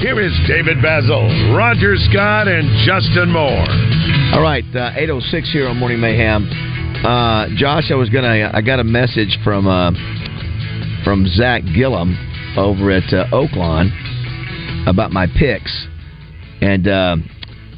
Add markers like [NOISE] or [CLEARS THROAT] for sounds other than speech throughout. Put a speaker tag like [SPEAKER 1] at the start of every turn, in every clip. [SPEAKER 1] Here is David Basil, Roger Scott, and Justin Moore.
[SPEAKER 2] All right, uh, 806 here on Morning Mayhem. Uh, Josh, I was gonna. I got a message from uh, from Zach Gillum over at uh, Oaklawn about my picks, and uh,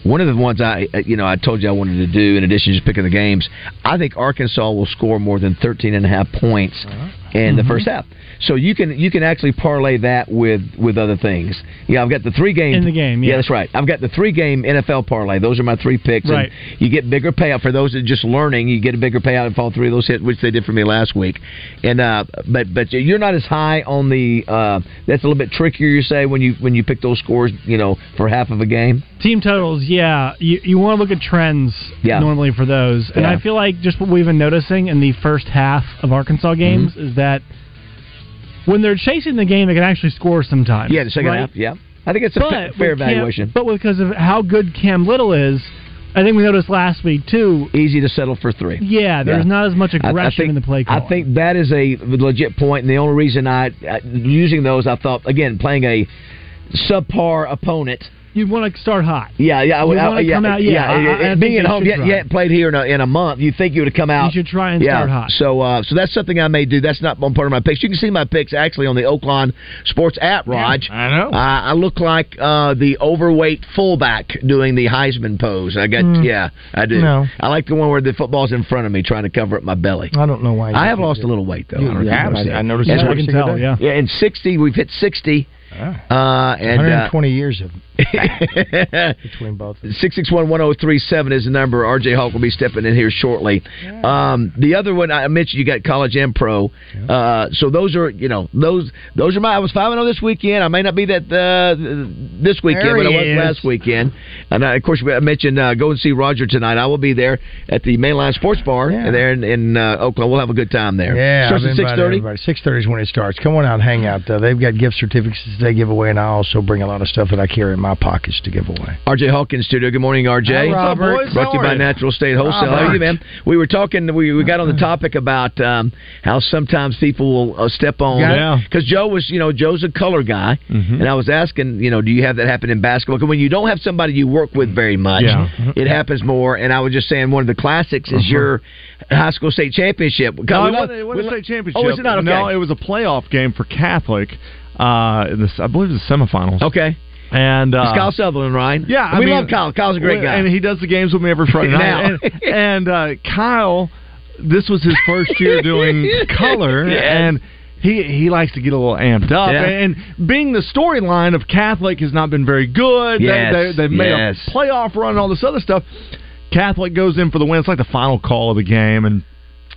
[SPEAKER 2] one of the ones I, uh, you know, I told you I wanted to do in addition to just picking the games. I think Arkansas will score more than 13 and a half points in the first half. So you can you can actually parlay that with with other things. Yeah, I've got the three game in the game. Yeah, that's right. I've got the three game NFL parlay. Those are my three picks. and
[SPEAKER 3] Right.
[SPEAKER 2] you get bigger payout for those that are just learning. You get a bigger payout if all three of those hit, which they did for me last week. And uh, but but you're not as high on the. Uh, that's a little bit trickier. You say when you when you pick those scores, you know, for half of a game.
[SPEAKER 3] Team totals, yeah. You, you want to look at trends
[SPEAKER 2] Yeah.
[SPEAKER 3] normally for those. And
[SPEAKER 2] Yeah.
[SPEAKER 3] I feel like just what we've been noticing in the first half of Arkansas
[SPEAKER 2] Mm-hmm.
[SPEAKER 3] games is that when they're chasing the game, they can actually score sometimes.
[SPEAKER 2] Yeah, the second
[SPEAKER 3] right?
[SPEAKER 2] half. Yeah, I think it's a
[SPEAKER 3] But
[SPEAKER 2] fa- fair
[SPEAKER 3] with Cam-
[SPEAKER 2] evaluation.
[SPEAKER 3] but because of how good Cam Little is, I think we noticed last week, too.
[SPEAKER 2] Easy to settle for three.
[SPEAKER 3] Yeah, there's
[SPEAKER 2] Yeah.
[SPEAKER 3] not as much
[SPEAKER 2] I- I
[SPEAKER 3] aggression
[SPEAKER 2] think-
[SPEAKER 3] in the play call.
[SPEAKER 2] I think that is a legit point, and the only reason I, I using those, I thought again playing a subpar opponent.
[SPEAKER 3] you want to start hot.
[SPEAKER 2] Yeah, yeah, I would.
[SPEAKER 3] You
[SPEAKER 2] I-
[SPEAKER 3] wanna
[SPEAKER 2] yeah,
[SPEAKER 3] come out- yeah, I- I- I
[SPEAKER 2] and being
[SPEAKER 3] think
[SPEAKER 2] at
[SPEAKER 3] you
[SPEAKER 2] home,
[SPEAKER 3] should
[SPEAKER 2] yet,
[SPEAKER 3] try.
[SPEAKER 2] yet played here in a, in a month, you think you would have come out.
[SPEAKER 3] You should try and
[SPEAKER 2] yeah.
[SPEAKER 3] start hot.
[SPEAKER 2] So, uh, so that's something I may do. That's not one part of my picks. You can see my picks actually on the Oakland Sports app, Raj.
[SPEAKER 4] I know.
[SPEAKER 2] Uh, I look like uh, the overweight fullback doing the Heisman pose. I got,
[SPEAKER 3] Hmm.
[SPEAKER 4] Mm.
[SPEAKER 2] yeah, I do.
[SPEAKER 4] No.
[SPEAKER 2] I like the one where the football's in front of me, trying to cover up my belly.
[SPEAKER 4] I don't know why.
[SPEAKER 2] I have lost a little weight though.
[SPEAKER 4] You
[SPEAKER 2] I don't know if
[SPEAKER 4] have?
[SPEAKER 2] you've
[SPEAKER 4] I- I
[SPEAKER 2] it.
[SPEAKER 4] noticed
[SPEAKER 2] That's
[SPEAKER 4] that
[SPEAKER 2] what-
[SPEAKER 4] every single day.
[SPEAKER 2] Yeah. in sixty, we've hit sixty.
[SPEAKER 4] Ah,
[SPEAKER 2] Uh, and
[SPEAKER 4] 120 years of
[SPEAKER 2] [LAUGHS] uh,
[SPEAKER 4] between both.
[SPEAKER 2] Six six one one zero three seven is the number. RJ Hawk will be stepping in here shortly. Um, the other one I mentioned, you got college and pro. Uh, so those are you know those those are my. I was five zero this weekend. I may not be that uh, this weekend,
[SPEAKER 4] There
[SPEAKER 2] but I
[SPEAKER 4] he
[SPEAKER 2] was
[SPEAKER 4] is.
[SPEAKER 2] last weekend. And I, of course, I mentioned uh, go and see Roger tonight. I will be there at the Mainline Sports Bar there in, in uh, Oakland. We'll have a good time there.
[SPEAKER 4] Yeah,
[SPEAKER 2] starts at six thirty.
[SPEAKER 4] Six thirty is when it starts. Come on out, and hang out. Though they've got gift certificates they give away, and I also bring a lot of stuff that I carry in my pockets to give away.
[SPEAKER 2] RJ Hawkins studio. Good morning, RJ.
[SPEAKER 4] Hi, Robert. What's up, boys?
[SPEAKER 2] Brought to you
[SPEAKER 4] How
[SPEAKER 2] by
[SPEAKER 4] are you?
[SPEAKER 2] Natural State Wholesale. How are
[SPEAKER 4] Robert.
[SPEAKER 2] you, man? We were talking. We, we
[SPEAKER 5] Mm.
[SPEAKER 2] got on the topic about um, how sometimes people will uh, step on.
[SPEAKER 4] Yeah.
[SPEAKER 2] Because Joe was, you know, Joe's a color guy,
[SPEAKER 5] Mm-hmm.
[SPEAKER 2] and I was asking, you know, do you have that happen in basketball? 'Cause when you don't have somebody you work with very much,
[SPEAKER 4] Yeah.
[SPEAKER 2] it happens more. And I was just saying, one of the classics is your high school state championship. God,
[SPEAKER 5] Uh-huh. No,
[SPEAKER 2] we
[SPEAKER 5] it
[SPEAKER 2] love-
[SPEAKER 5] wasn't, it wasn't
[SPEAKER 2] we
[SPEAKER 5] a
[SPEAKER 2] lo-
[SPEAKER 5] state championship.
[SPEAKER 2] Oh, is it not? Okay.
[SPEAKER 5] No, it was a playoff game for Catholic. Uh, in the- I believe it's the semifinals.
[SPEAKER 2] okay.
[SPEAKER 5] And uh,
[SPEAKER 2] It's Kyle Sutherland, Ryan.
[SPEAKER 5] Yeah, I
[SPEAKER 2] we
[SPEAKER 5] mean-
[SPEAKER 2] love Kyle. Kyle's a great guy.
[SPEAKER 5] and he does the games with me every Friday
[SPEAKER 2] Now.
[SPEAKER 5] night. And, and uh, Kyle, this was his first year doing
[SPEAKER 2] [LAUGHS]
[SPEAKER 5] color,
[SPEAKER 2] Yeah.
[SPEAKER 5] and he he likes to get a little amped up.
[SPEAKER 2] Yeah.
[SPEAKER 5] And being the storyline of Catholic has not been very good.
[SPEAKER 2] Yes,
[SPEAKER 5] They, they, they've made
[SPEAKER 2] yes.
[SPEAKER 5] a playoff run and all this other stuff. Catholic goes in for the win. It's like the final call of the game, and.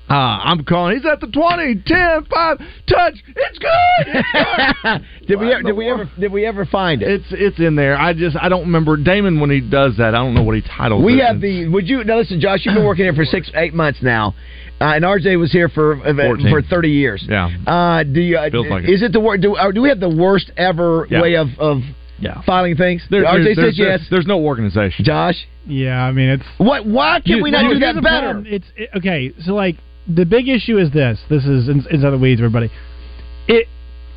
[SPEAKER 5] Uh, I'm calling. He's at the 20, 10, 5, touch. It's good. It's
[SPEAKER 2] [LAUGHS]
[SPEAKER 5] good.
[SPEAKER 2] did we did we ever did we ever find it?
[SPEAKER 5] It's it's in there. I just I don't remember Damon when he does that. I don't know what he titles.
[SPEAKER 2] We
[SPEAKER 5] it.
[SPEAKER 2] have the. Would you now? Listen, Josh, you've been working here for six, eight months now, uh, and RJ was here for uh,
[SPEAKER 5] 14.
[SPEAKER 2] for thirty years.
[SPEAKER 5] Yeah.
[SPEAKER 2] Uh, do you? Uh,
[SPEAKER 5] Feels like it.
[SPEAKER 2] is it, the worst? Do, uh, do we have the worst ever
[SPEAKER 5] Yeah.
[SPEAKER 2] way of of
[SPEAKER 5] Yeah.
[SPEAKER 2] filing things?
[SPEAKER 5] There-
[SPEAKER 2] RJ says
[SPEAKER 5] there's, there's,
[SPEAKER 2] yes.
[SPEAKER 5] There's, there's no organization.
[SPEAKER 2] Josh,
[SPEAKER 3] Yeah, I mean, it's.
[SPEAKER 2] what? Why can
[SPEAKER 3] You-
[SPEAKER 2] we not
[SPEAKER 3] well,
[SPEAKER 2] do
[SPEAKER 3] here's
[SPEAKER 2] that
[SPEAKER 3] the
[SPEAKER 2] better?
[SPEAKER 3] problem. It's it- okay. So like the big issue is this. This is ins- inside the weeds, everybody. It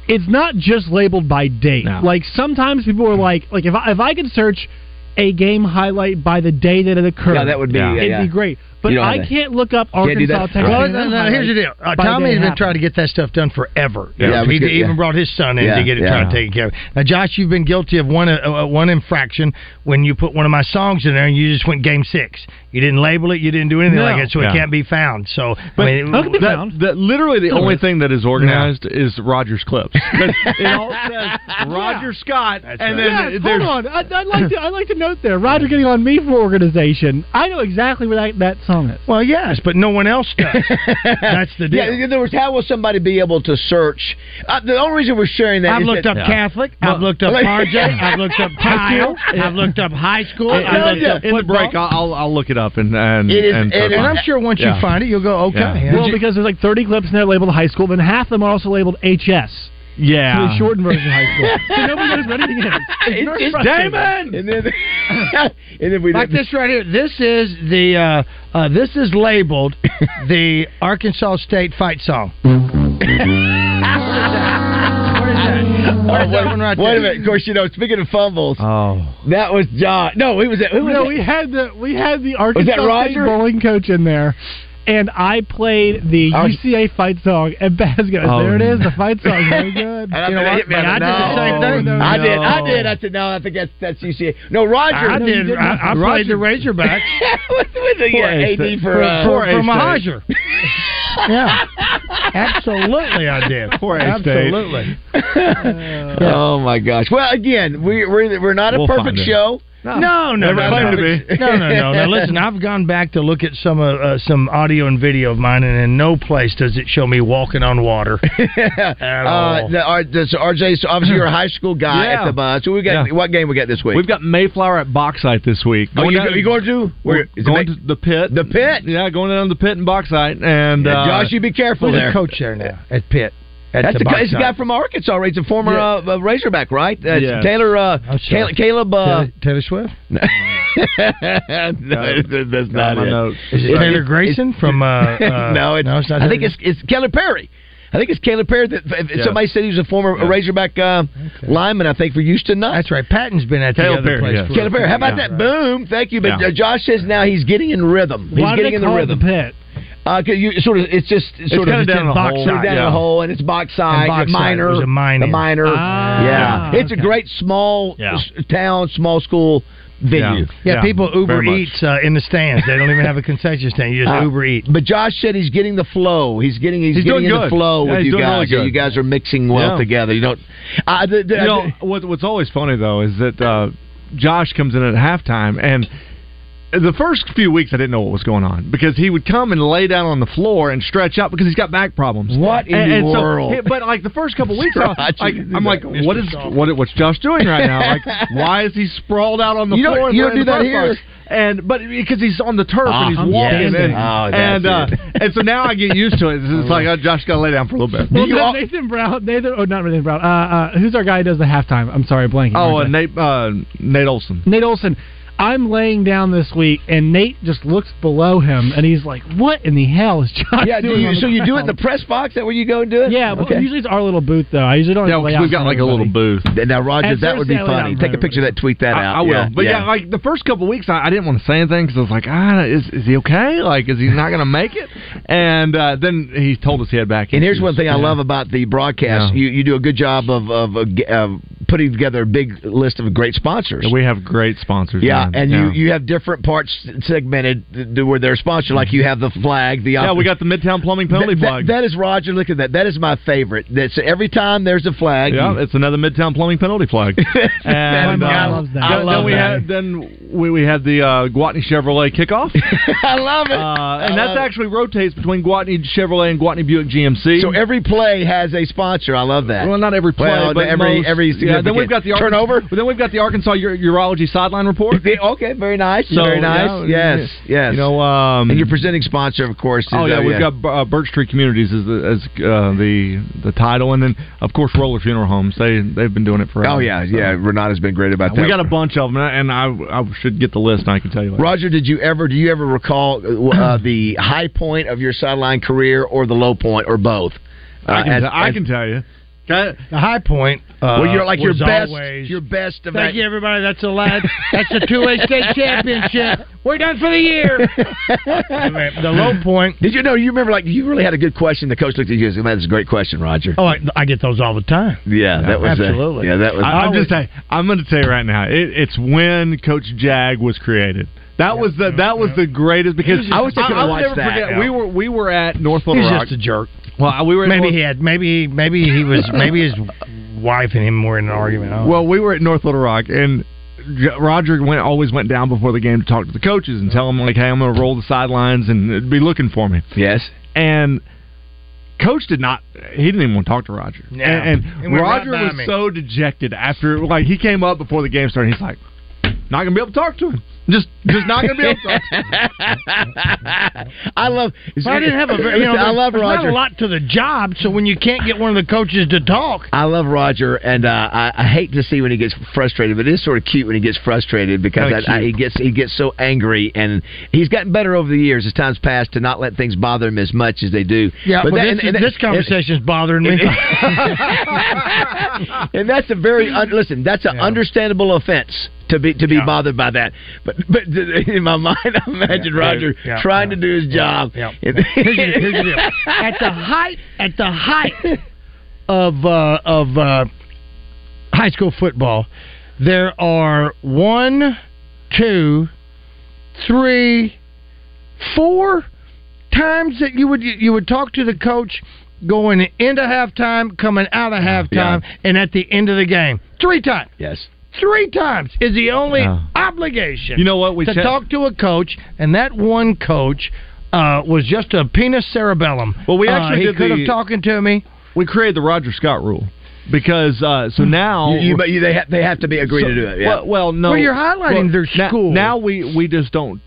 [SPEAKER 3] it's not just labeled by date.
[SPEAKER 5] No.
[SPEAKER 3] Like sometimes people are like like if I, if I could search a game highlight by the day that it occurred,
[SPEAKER 2] Yeah, that would be.
[SPEAKER 5] Yeah.
[SPEAKER 2] Yeah,
[SPEAKER 3] it'd
[SPEAKER 2] yeah.
[SPEAKER 3] be great.
[SPEAKER 2] You
[SPEAKER 3] But
[SPEAKER 2] don't have
[SPEAKER 3] I
[SPEAKER 2] that.
[SPEAKER 3] can't look up
[SPEAKER 2] Can't do that.
[SPEAKER 3] Arkansas Texas.
[SPEAKER 2] Right.
[SPEAKER 4] Well,
[SPEAKER 3] A&M
[SPEAKER 4] no, no, here's the deal. Uh,
[SPEAKER 3] by day
[SPEAKER 4] Tommy
[SPEAKER 3] it
[SPEAKER 4] has
[SPEAKER 3] [LAUGHS]
[SPEAKER 4] been
[SPEAKER 3] happened.
[SPEAKER 4] trying to get that stuff done forever.
[SPEAKER 2] Yeah, it was
[SPEAKER 4] he
[SPEAKER 2] good,
[SPEAKER 4] even
[SPEAKER 2] yeah.
[SPEAKER 4] brought his son in
[SPEAKER 2] Yeah,
[SPEAKER 4] to get it
[SPEAKER 2] yeah.
[SPEAKER 4] trying to take care of. it. Now, Josh, you've been guilty of one uh, uh, one infraction when you put one of my songs in there and you just went game six. You didn't label it. You didn't do anything
[SPEAKER 5] No.
[SPEAKER 4] like it, so
[SPEAKER 5] Yeah.
[SPEAKER 4] it can't be found. So,
[SPEAKER 5] But
[SPEAKER 4] I mean,
[SPEAKER 3] How can they-
[SPEAKER 5] that, that literally the only thing that is organized is Rogers
[SPEAKER 2] [LAUGHS]
[SPEAKER 5] clips. it all
[SPEAKER 4] [LAUGHS]
[SPEAKER 5] says Roger [LAUGHS] Scott, and then
[SPEAKER 3] Yes,
[SPEAKER 5] there's
[SPEAKER 3] hold on. I, I'd like to. I'd like to note there. Roger getting on me for organization. I know exactly where that, that song comments.
[SPEAKER 4] Well, yes, but no one else [LAUGHS] does. That's
[SPEAKER 2] [LAUGHS]
[SPEAKER 4] the deal.
[SPEAKER 2] Yeah, in other words, how will somebody be able to search? Uh, the only reason we're sharing that
[SPEAKER 4] I've
[SPEAKER 2] is
[SPEAKER 4] looked
[SPEAKER 2] that-
[SPEAKER 4] up Catholic. I've
[SPEAKER 2] [LAUGHS]
[SPEAKER 4] looked [LAUGHS] up RJ. I've looked up Kyle. I've looked up high school.
[SPEAKER 5] I,
[SPEAKER 4] I've looked up
[SPEAKER 5] in the break,
[SPEAKER 4] football.
[SPEAKER 5] I'll, I'll- I'll look it up and and
[SPEAKER 4] It is-
[SPEAKER 5] and,
[SPEAKER 4] it is- And I'm sure once you find it, you'll go, okay. Yeah.
[SPEAKER 3] Well,
[SPEAKER 4] Did you-
[SPEAKER 3] because there's like 30 clips in there labeled high school, then half of them are also labeled HS. So
[SPEAKER 5] Yeah.
[SPEAKER 3] the shortened version of high
[SPEAKER 4] [LAUGHS]
[SPEAKER 3] school. so nobody knows what anything is. It's, very frustrating.
[SPEAKER 2] And then, and then we
[SPEAKER 4] like this right here. This is the uh, uh, this is labeled
[SPEAKER 2] [LAUGHS]
[SPEAKER 4] the Arkansas State fight song.
[SPEAKER 2] Oh,
[SPEAKER 4] that
[SPEAKER 2] wait,
[SPEAKER 4] one right
[SPEAKER 2] wait
[SPEAKER 4] there?
[SPEAKER 2] a minute. [LAUGHS] Of course, you know. Speaking of fumbles,
[SPEAKER 5] Oh.
[SPEAKER 2] that was John. No, he was. Who was
[SPEAKER 3] no,
[SPEAKER 2] that?
[SPEAKER 3] we had the we had the
[SPEAKER 2] that
[SPEAKER 3] Arkansas State
[SPEAKER 2] Roger?
[SPEAKER 3] bowling coach in there, and I played the
[SPEAKER 2] Ar-
[SPEAKER 3] UCA fight song [LAUGHS] at basket.
[SPEAKER 5] Oh,
[SPEAKER 3] there it is,
[SPEAKER 5] no.
[SPEAKER 3] the fight
[SPEAKER 2] Oh,
[SPEAKER 3] song. Very
[SPEAKER 5] [LAUGHS]
[SPEAKER 3] good.
[SPEAKER 2] And I'm
[SPEAKER 3] You know
[SPEAKER 2] gonna
[SPEAKER 3] what?
[SPEAKER 2] hit me on
[SPEAKER 3] Man,
[SPEAKER 2] the
[SPEAKER 3] I did the
[SPEAKER 2] nose.
[SPEAKER 3] same thing.
[SPEAKER 2] I did. I
[SPEAKER 5] No.
[SPEAKER 2] did. I said no. I think that's that's UCA. No, Roger.
[SPEAKER 4] I
[SPEAKER 2] No, you
[SPEAKER 4] did.
[SPEAKER 2] didn't.
[SPEAKER 4] I, I played the Razorbacks
[SPEAKER 2] [LAUGHS] with, with the
[SPEAKER 5] Poor
[SPEAKER 2] yeah, AD
[SPEAKER 5] Ace.
[SPEAKER 2] for uh,
[SPEAKER 5] Poor
[SPEAKER 4] for, for
[SPEAKER 5] Ace
[SPEAKER 2] [LAUGHS]
[SPEAKER 4] Mahajer. yeah, absolutely, I did.
[SPEAKER 5] [LAUGHS] Poor Ace State.
[SPEAKER 4] absolutely.
[SPEAKER 2] Oh my gosh! Well, again, we we're, we're not a
[SPEAKER 5] We'll
[SPEAKER 2] perfect
[SPEAKER 5] find it.
[SPEAKER 2] show.
[SPEAKER 4] No, no,
[SPEAKER 5] Never
[SPEAKER 4] no,
[SPEAKER 5] claimed to
[SPEAKER 4] no.
[SPEAKER 5] be.
[SPEAKER 4] No,
[SPEAKER 2] [LAUGHS]
[SPEAKER 4] no, no. Now listen, I've gone back to look at some uh, uh, some audio and video of mine, and in no place does it show me walking
[SPEAKER 2] [LAUGHS]
[SPEAKER 4] on water. At
[SPEAKER 2] Uh,
[SPEAKER 4] all.
[SPEAKER 2] the, R, this RJ, so obviously you're a high school guy
[SPEAKER 5] Yeah.
[SPEAKER 2] at the bus. So we got
[SPEAKER 5] Yeah.
[SPEAKER 2] what game we got this week?
[SPEAKER 5] We've got Mayflower at Bauxite this week.
[SPEAKER 2] Oh, you,
[SPEAKER 5] down-
[SPEAKER 2] you going to?
[SPEAKER 5] We're
[SPEAKER 2] is it
[SPEAKER 5] going
[SPEAKER 2] Ma-
[SPEAKER 5] to the pit.
[SPEAKER 2] the pit.
[SPEAKER 5] Yeah, going down to the pit in Bauxite. And
[SPEAKER 2] Yeah,
[SPEAKER 5] uh,
[SPEAKER 2] Josh, you be careful
[SPEAKER 4] Who's
[SPEAKER 2] there.
[SPEAKER 4] the coach there now at Pitt? At
[SPEAKER 2] That's the, guy, it's
[SPEAKER 4] box
[SPEAKER 2] the guy
[SPEAKER 4] side?
[SPEAKER 2] from Arkansas. Right? He's a former
[SPEAKER 5] Yeah.
[SPEAKER 2] uh, uh, Razorback, right? That's
[SPEAKER 5] Yeah.
[SPEAKER 2] Taylor. Uh,
[SPEAKER 4] I'm sorry.
[SPEAKER 2] Caleb. Caleb uh, [LAUGHS]
[SPEAKER 4] Taylor, Taylor Swift?
[SPEAKER 2] no, that's
[SPEAKER 5] Got
[SPEAKER 2] not
[SPEAKER 5] my
[SPEAKER 2] it.
[SPEAKER 5] notes.
[SPEAKER 2] Is it-
[SPEAKER 4] Taylor
[SPEAKER 2] it's-
[SPEAKER 4] Grayson from.
[SPEAKER 2] [LAUGHS]
[SPEAKER 4] Uh, [LAUGHS] uh,
[SPEAKER 2] no, it's,
[SPEAKER 4] no, it's not.
[SPEAKER 2] I
[SPEAKER 4] Taylor
[SPEAKER 2] think it's it's Caleb Perry. I think it's Caleb Perry that if- if
[SPEAKER 5] Yeah.
[SPEAKER 2] somebody said he was a former
[SPEAKER 5] Yeah.
[SPEAKER 2] Razorback uh, lineman. I think for Houston Nuts.
[SPEAKER 4] That's right. Patton's been at
[SPEAKER 5] Caleb
[SPEAKER 4] the
[SPEAKER 5] Perry,
[SPEAKER 4] other place.
[SPEAKER 5] yeah.
[SPEAKER 4] for-
[SPEAKER 2] Caleb Perry. How about
[SPEAKER 4] Yeah.
[SPEAKER 2] that? Boom! Thank you. But
[SPEAKER 5] Yeah.
[SPEAKER 2] uh, Josh says now he's getting in rhythm. He's
[SPEAKER 3] Why do
[SPEAKER 2] getting
[SPEAKER 3] they
[SPEAKER 2] in the
[SPEAKER 3] call it
[SPEAKER 2] rhythm.
[SPEAKER 3] the pit?
[SPEAKER 2] Uh, 'cause you sort of it's just it's sort
[SPEAKER 5] kinda
[SPEAKER 2] of
[SPEAKER 5] down in a
[SPEAKER 2] box
[SPEAKER 5] hole.
[SPEAKER 2] side, down in
[SPEAKER 5] Yeah.
[SPEAKER 2] a hole, and it's box side,
[SPEAKER 4] box side.
[SPEAKER 2] minor,
[SPEAKER 4] It was a minor.
[SPEAKER 2] the minor.
[SPEAKER 3] Ah,
[SPEAKER 2] yeah, it's a
[SPEAKER 3] okay.
[SPEAKER 2] great small
[SPEAKER 5] Yeah.
[SPEAKER 2] s- town, small school venue.
[SPEAKER 4] Yeah, people Uber
[SPEAKER 5] very much.
[SPEAKER 4] Eats uh, in the stands. They don't even have a concession stand. You just
[SPEAKER 2] Uh,
[SPEAKER 4] Uber Eat.
[SPEAKER 2] But Josh said he's getting the flow. He's getting he's,
[SPEAKER 5] He's
[SPEAKER 2] getting
[SPEAKER 5] doing
[SPEAKER 2] in the
[SPEAKER 5] good.
[SPEAKER 2] flow
[SPEAKER 5] Yeah,
[SPEAKER 2] with
[SPEAKER 5] he's
[SPEAKER 2] you
[SPEAKER 5] doing
[SPEAKER 2] guys.
[SPEAKER 5] really
[SPEAKER 2] so
[SPEAKER 5] good.
[SPEAKER 2] you guys are mixing well
[SPEAKER 5] Yeah.
[SPEAKER 2] together. You don't. I the, the,
[SPEAKER 5] You know what, what's always funny though is that uh, Josh comes in at halftime, and the first few weeks I didn't know what was going on because he would come and lay down on the floor and stretch up because he's got back problems.
[SPEAKER 2] What [LAUGHS] in
[SPEAKER 5] And-
[SPEAKER 2] the
[SPEAKER 5] and so-
[SPEAKER 2] world?
[SPEAKER 5] yeah, but like the first
[SPEAKER 2] [LAUGHS]
[SPEAKER 5] couple weeks, I,
[SPEAKER 2] Josh,
[SPEAKER 5] like,
[SPEAKER 2] you did
[SPEAKER 5] I'm like,
[SPEAKER 2] that,
[SPEAKER 5] what
[SPEAKER 2] Mr.
[SPEAKER 5] is
[SPEAKER 2] Soft.
[SPEAKER 5] what what's Josh doing right now?
[SPEAKER 2] [LAUGHS]
[SPEAKER 5] Like, why is he sprawled out on the
[SPEAKER 2] You don't-
[SPEAKER 5] floor? and
[SPEAKER 2] you don't do
[SPEAKER 5] playing the
[SPEAKER 2] that
[SPEAKER 5] press
[SPEAKER 2] here.
[SPEAKER 5] box? And but because he's on the turf
[SPEAKER 2] Ah,
[SPEAKER 5] and
[SPEAKER 2] I'm
[SPEAKER 5] he's walking,
[SPEAKER 2] standing.
[SPEAKER 5] and,
[SPEAKER 2] Oh, that's
[SPEAKER 5] and uh,
[SPEAKER 2] it.
[SPEAKER 5] [LAUGHS] and so now I get used to it. It's just like oh, Josh got to lay down for a little bit.
[SPEAKER 3] Well, Nathan Brown, Nathan, oh, not Nathan Brown. Uh, uh, who's our guy who does the halftime? I'm sorry, I'm blanking.
[SPEAKER 5] Oh,
[SPEAKER 3] Our
[SPEAKER 5] uh,
[SPEAKER 3] guy.
[SPEAKER 5] Nate uh, Nate Olson.
[SPEAKER 3] Nate Olson. I'm laying down this week, and Nate just looks below him, and he's like, "What in the hell is Josh [LAUGHS]
[SPEAKER 2] yeah, do
[SPEAKER 3] doing?"
[SPEAKER 2] you,
[SPEAKER 3] on the
[SPEAKER 2] so you do it in
[SPEAKER 3] ground?"
[SPEAKER 2] the press box? Is that where you go and do it?
[SPEAKER 3] Yeah, well,
[SPEAKER 2] Okay.
[SPEAKER 3] usually it's our little booth though. I usually don't.
[SPEAKER 5] Yeah,
[SPEAKER 3] lay
[SPEAKER 5] we've
[SPEAKER 3] out
[SPEAKER 5] got
[SPEAKER 3] for
[SPEAKER 5] like a little
[SPEAKER 3] everybody.
[SPEAKER 5] booth.
[SPEAKER 2] Now, Rogers,
[SPEAKER 3] That's
[SPEAKER 2] that would be
[SPEAKER 3] Thursday, I lay
[SPEAKER 2] funny.
[SPEAKER 3] down
[SPEAKER 2] Take a
[SPEAKER 3] for
[SPEAKER 2] picture of that. Tweet that
[SPEAKER 5] I,
[SPEAKER 2] out.
[SPEAKER 5] I will,
[SPEAKER 2] Yeah,
[SPEAKER 5] but yeah.
[SPEAKER 2] yeah.
[SPEAKER 5] like the first couple weeks, I, I didn't want to say anything because I was like, ah, is is he okay? Like, is he not going to make it? And uh, then he told us he had back.
[SPEAKER 2] And here's
[SPEAKER 5] issues.
[SPEAKER 2] one thing I
[SPEAKER 5] Yeah.
[SPEAKER 2] love about the broadcast.
[SPEAKER 5] Yeah.
[SPEAKER 2] You, you do a good job of, of, uh, g- of putting together a big list of great sponsors.
[SPEAKER 5] we have great sponsors.
[SPEAKER 2] yeah,
[SPEAKER 5] man.
[SPEAKER 2] and You, you have different parts segmented th- th- where they're sponsored. Like you have the flag, the
[SPEAKER 5] yeah, we got the Midtown Plumbing
[SPEAKER 2] Th-
[SPEAKER 5] penalty
[SPEAKER 2] th-
[SPEAKER 5] flag.
[SPEAKER 2] that is Roger. Look at that. That is my favorite. That's every time there's a flag.
[SPEAKER 5] yeah, it's another Midtown Plumbing penalty [LAUGHS] flag. and
[SPEAKER 3] My mom
[SPEAKER 5] uh,
[SPEAKER 3] loves that.
[SPEAKER 5] then-
[SPEAKER 3] I
[SPEAKER 5] then
[SPEAKER 3] love
[SPEAKER 5] we
[SPEAKER 3] that.
[SPEAKER 5] had then we, we had the uh, Guatney
[SPEAKER 2] [LAUGHS]
[SPEAKER 5] Chevrolet kickoff,
[SPEAKER 2] I love it.
[SPEAKER 5] uh,
[SPEAKER 2] I
[SPEAKER 5] and
[SPEAKER 2] love
[SPEAKER 5] that
[SPEAKER 2] it.
[SPEAKER 5] actually rotates between Guatney Chevrolet and Guatney Buick GMC.
[SPEAKER 2] So every play has a sponsor. I love that.
[SPEAKER 5] Well, not every play,
[SPEAKER 2] Well,
[SPEAKER 5] but
[SPEAKER 2] every-
[SPEAKER 5] most-
[SPEAKER 2] every
[SPEAKER 5] yeah. Then we've
[SPEAKER 2] significant
[SPEAKER 5] got the Arkan-
[SPEAKER 2] turnover?
[SPEAKER 5] Then we've got the Arkansas u- urology
[SPEAKER 2] [LAUGHS]
[SPEAKER 5] sideline report.
[SPEAKER 2] They- okay, very nice.
[SPEAKER 5] So,
[SPEAKER 2] very nice.
[SPEAKER 5] yeah,
[SPEAKER 2] yes, yes.
[SPEAKER 5] You know, um,
[SPEAKER 2] and your [LAUGHS] presenting sponsor, of course. Is,
[SPEAKER 5] oh yeah,
[SPEAKER 2] uh,
[SPEAKER 5] we've got uh, Birch Tree Communities as the, as uh, the the title, and then of course Roller Funeral Homes. They they've been doing it forever.
[SPEAKER 2] Oh yeah,
[SPEAKER 5] So,
[SPEAKER 2] yeah. Renata's been great about that.
[SPEAKER 5] We got a bunch of them, and I I should get the list, and I can tell you. later.
[SPEAKER 2] Roger, did you ever do you ever recall
[SPEAKER 4] [CLEARS THROAT]
[SPEAKER 2] uh, the high point of your sideline career or the low point or both?
[SPEAKER 5] I can,
[SPEAKER 2] Uh, as-
[SPEAKER 5] I
[SPEAKER 2] as-
[SPEAKER 5] can tell you.
[SPEAKER 4] The high point. Uh,
[SPEAKER 2] Well, you're like your
[SPEAKER 4] was
[SPEAKER 2] best,
[SPEAKER 4] always-
[SPEAKER 2] your best of
[SPEAKER 4] Thank
[SPEAKER 2] that.
[SPEAKER 4] you, everybody. That's the last. That's the
[SPEAKER 2] [LAUGHS]
[SPEAKER 4] two-way state championship. We're done for the year. the
[SPEAKER 2] [CLEARS THROAT]
[SPEAKER 4] low point.
[SPEAKER 2] Did you know? You remember? Like you really had a good question. The coach looked at you and said, "That's a great question, Roger."
[SPEAKER 4] Oh, I, I get those all the time.
[SPEAKER 2] yeah, that was uh,
[SPEAKER 4] absolutely.
[SPEAKER 2] yeah, that was.
[SPEAKER 5] I, am just saying. I'm going to tell you right now. It, it's when Coach Jag was created. That was the that was the greatest because
[SPEAKER 2] I wish I could've
[SPEAKER 5] I'll
[SPEAKER 2] watched
[SPEAKER 5] never
[SPEAKER 2] that,
[SPEAKER 5] forget.
[SPEAKER 2] yeah.
[SPEAKER 5] We were we were at North Little
[SPEAKER 4] He's
[SPEAKER 5] Rock.
[SPEAKER 4] just a jerk.
[SPEAKER 5] well, we were at
[SPEAKER 4] Maybe
[SPEAKER 5] North-
[SPEAKER 4] he had.
[SPEAKER 5] [LAUGHS]
[SPEAKER 4] Maybe maybe he was. Maybe his wife and him were in an argument. I don't know.
[SPEAKER 5] Well, we were at North Little Rock, and J- Roger went always went down before the game to talk to the coaches and tell them like, "Hey, I'm going to roll the sidelines and uh, be looking for me."
[SPEAKER 2] Yes.
[SPEAKER 5] And coach did not. He didn't even want to talk to Roger.
[SPEAKER 4] No.
[SPEAKER 5] And,
[SPEAKER 4] He
[SPEAKER 5] and
[SPEAKER 4] went right
[SPEAKER 5] Roger
[SPEAKER 4] by
[SPEAKER 5] was
[SPEAKER 4] me.
[SPEAKER 5] so dejected after like he came up before the game started. He's like, "Not going to be able to talk to him. Just,
[SPEAKER 2] [LAUGHS]
[SPEAKER 5] just not going to be able to." talk to him.
[SPEAKER 3] [LAUGHS]
[SPEAKER 2] I love.
[SPEAKER 4] I didn't
[SPEAKER 5] [LAUGHS]
[SPEAKER 4] have a. very- You know,
[SPEAKER 2] I love
[SPEAKER 4] there's Not
[SPEAKER 2] Roger.
[SPEAKER 4] a lot to the job, so when you can't get one of the coaches to talk,
[SPEAKER 2] I love Roger, and uh, I, I hate to see when he gets frustrated, but it is sort of cute when he gets frustrated because
[SPEAKER 5] Kinda
[SPEAKER 2] I, I, he gets he gets so angry, and he's gotten better over the years as time's passed to not let things bother him as much as they do.
[SPEAKER 4] yeah. But,
[SPEAKER 2] that-
[SPEAKER 4] this,
[SPEAKER 2] and- and-
[SPEAKER 4] this conversation's bothering me.
[SPEAKER 2] and, [LAUGHS] and that's a very un- listen. That's an understandable offense to be to be bothered by that. But but [LAUGHS] in my mind, I imagine Roger
[SPEAKER 4] yeah,
[SPEAKER 2] trying to do his job.
[SPEAKER 4] yeah.
[SPEAKER 2] And-
[SPEAKER 4] here's, the- here's the deal. [LAUGHS]
[SPEAKER 2] [LAUGHS]
[SPEAKER 5] [LAUGHS]
[SPEAKER 4] At the height, at the height of uh, of uh, high school football, there are one, two, three, four times that you would you would talk to the coach going into halftime, coming out
[SPEAKER 5] Oh,
[SPEAKER 4] of halftime, and at the end of the game. Three times.
[SPEAKER 2] yes.
[SPEAKER 4] Three times is the only
[SPEAKER 5] Yeah.
[SPEAKER 4] obligation
[SPEAKER 5] You know what? We
[SPEAKER 4] to
[SPEAKER 5] checked- [LAUGHS]
[SPEAKER 4] talk to a coach, and that one coach uh, was just a penis cerebellum.
[SPEAKER 5] Well, we
[SPEAKER 4] Uh,
[SPEAKER 5] actually
[SPEAKER 4] he
[SPEAKER 5] did
[SPEAKER 4] could have
[SPEAKER 5] the-
[SPEAKER 4] talking to me.
[SPEAKER 5] We created the Roger Scott rule because uh,
[SPEAKER 4] Hmm.
[SPEAKER 5] so now
[SPEAKER 2] You, you, but you, they ha- they have to be agree
[SPEAKER 5] So-
[SPEAKER 2] to do it. Yeah.
[SPEAKER 5] Well, well, no.
[SPEAKER 4] Well, you're highlighting their
[SPEAKER 5] now-
[SPEAKER 4] school.
[SPEAKER 5] Now we we just don't